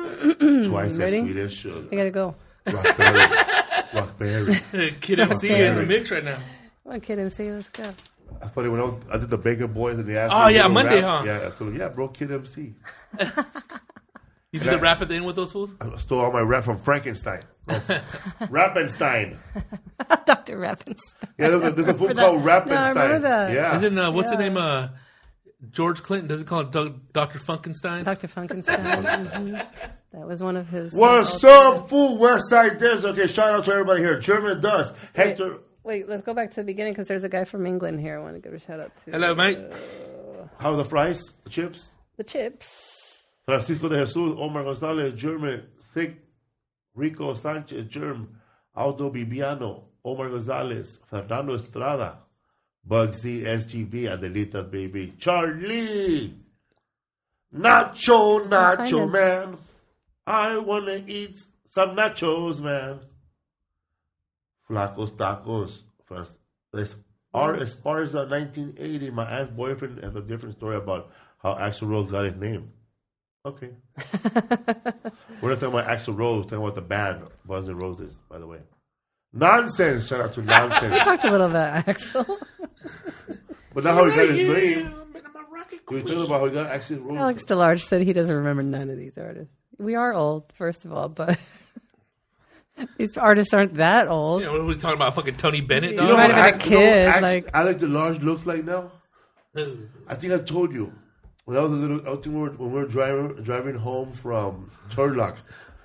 C: that
E: Ready?
C: sweet as
E: I
C: sugar.
E: gotta go.
C: Rockberry. Rockberry.
D: Kid MC in the mix right now.
E: Come on, Kid MC, let's go.
C: I funny when I, was, I did the Baker Boys and they asked
D: Oh,
C: me to
D: yeah,
C: do a
D: Monday,
C: rap.
D: huh?
C: Yeah, so yeah, bro, Kid MC.
D: You did the rap at the end with those fools?
C: I stole all my rap from Frankenstein. Rappenstein.
E: Dr. Rappenstein.
C: Yeah, there's a, there's a food
E: that.
C: called Rappenstein.
E: No, I remember that.
C: Yeah.
D: Isn't uh, what's the name? Uh, George Clinton doesn't call it Doctor Funkenstein.
E: Dr. Funkenstein. mhm. That was one of his.
C: What's up, fool? West Side Dance. Okay, shout out to everybody here. German Dust, Hector.
E: Wait, let's go back to the beginning because there's a guy from England here I want to give a shout out to.
D: Hello, mate.
C: How are the fries? The chips?
E: The Chips.
C: Francisco de Jesus, Omar Gonzalez, German. Thick, Rico Sanchez, Germ. Aldo Bibiano, Omar Gonzalez, Fernando Estrada, Bugsy, SGB, Adelita, baby. Charlie! Nacho, Nacho,
E: him.
C: man. I want to eat some nachos, man. Flacos Tacos. First, this R. Esparza, 1980. My aunt's boyfriend has a different story about how Axel Rose got his name. Okay. We're not talking about Axel Rose, talking about the band Guns N' Roses, by the way. Nonsense. Shout out to Nonsense.
E: Talked a little bit, Axel.
C: but not how he got his name.
D: I'm a rocket
C: We were talking about how he got Axel Rose.
E: Alex DeLarge said he doesn't remember none of these artists. We are old, first of all, but these artists aren't that old.
D: Yeah, what are we talking about? Fucking Tony Bennett?
E: You know
D: Dog?
E: might what? have been a
C: Ax- you know
E: kid,
C: what Ax-
E: like-
C: Alex DeLarge looks like now?
D: Ooh.
C: I think I told you when I was a little. I think we were, when we were driving driving home from Turlock.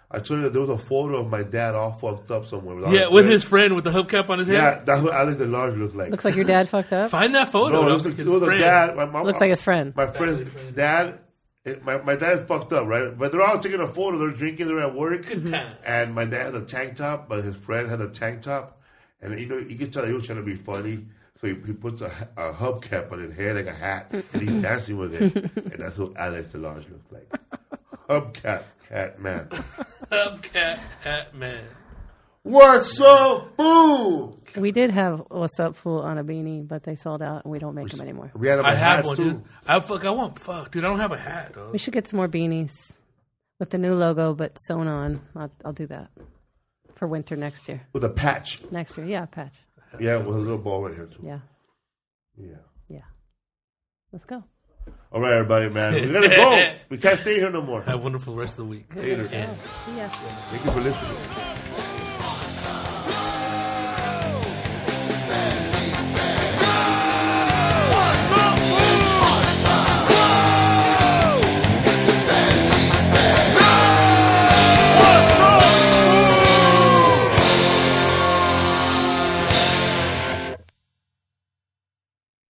C: I told you that there was a photo of my dad all fucked up somewhere. all
D: yeah, with
C: dread.
D: his friend with the hubcap on his head.
C: Yeah, that's what Alex DeLarge looked like.
E: Looks like your dad fucked up.
D: Find that photo.
C: no, it was,
D: of
C: a, it
D: his
C: was a
D: friend.
C: dad. My mom
E: Looks like his friend.
C: My friend's dad. it- my my dad's fucked up, right? But they're all taking a photo. They're drinking. They're at work.
D: times.
C: And my dad had a tank top, but his friend had a tank top, and you know you could tell he was trying to be funny. So he, he puts a, a hubcap on his head like a hat, and he's dancing with it, and that's what Alex Delange looks like. Hubcap, cat man.
D: Hubcap hat man.
C: What's up, fool?
E: We did have What's Up Fool on a beanie, but they sold out and we don't make them anymore.
C: We had him
D: I
C: on
D: have
C: hats
D: one,
C: too.
D: dude. I fuck. I want fuck, dude. I don't have a hat. Dog.
E: We should get some more beanies with the new logo, but sewn on. I'll, I'll do that for winter next year.
C: with a patch.
E: Next year, yeah, patch.
C: Yeah, with a little ball right here too.
E: Yeah,
C: yeah.
E: yeah. Let's go.
C: All right, everybody, man. We gotta go. We can't stay here no more.
D: Have a wonderful rest of the week.
C: Later.
D: And-
E: See ya.
C: Thank you for listening.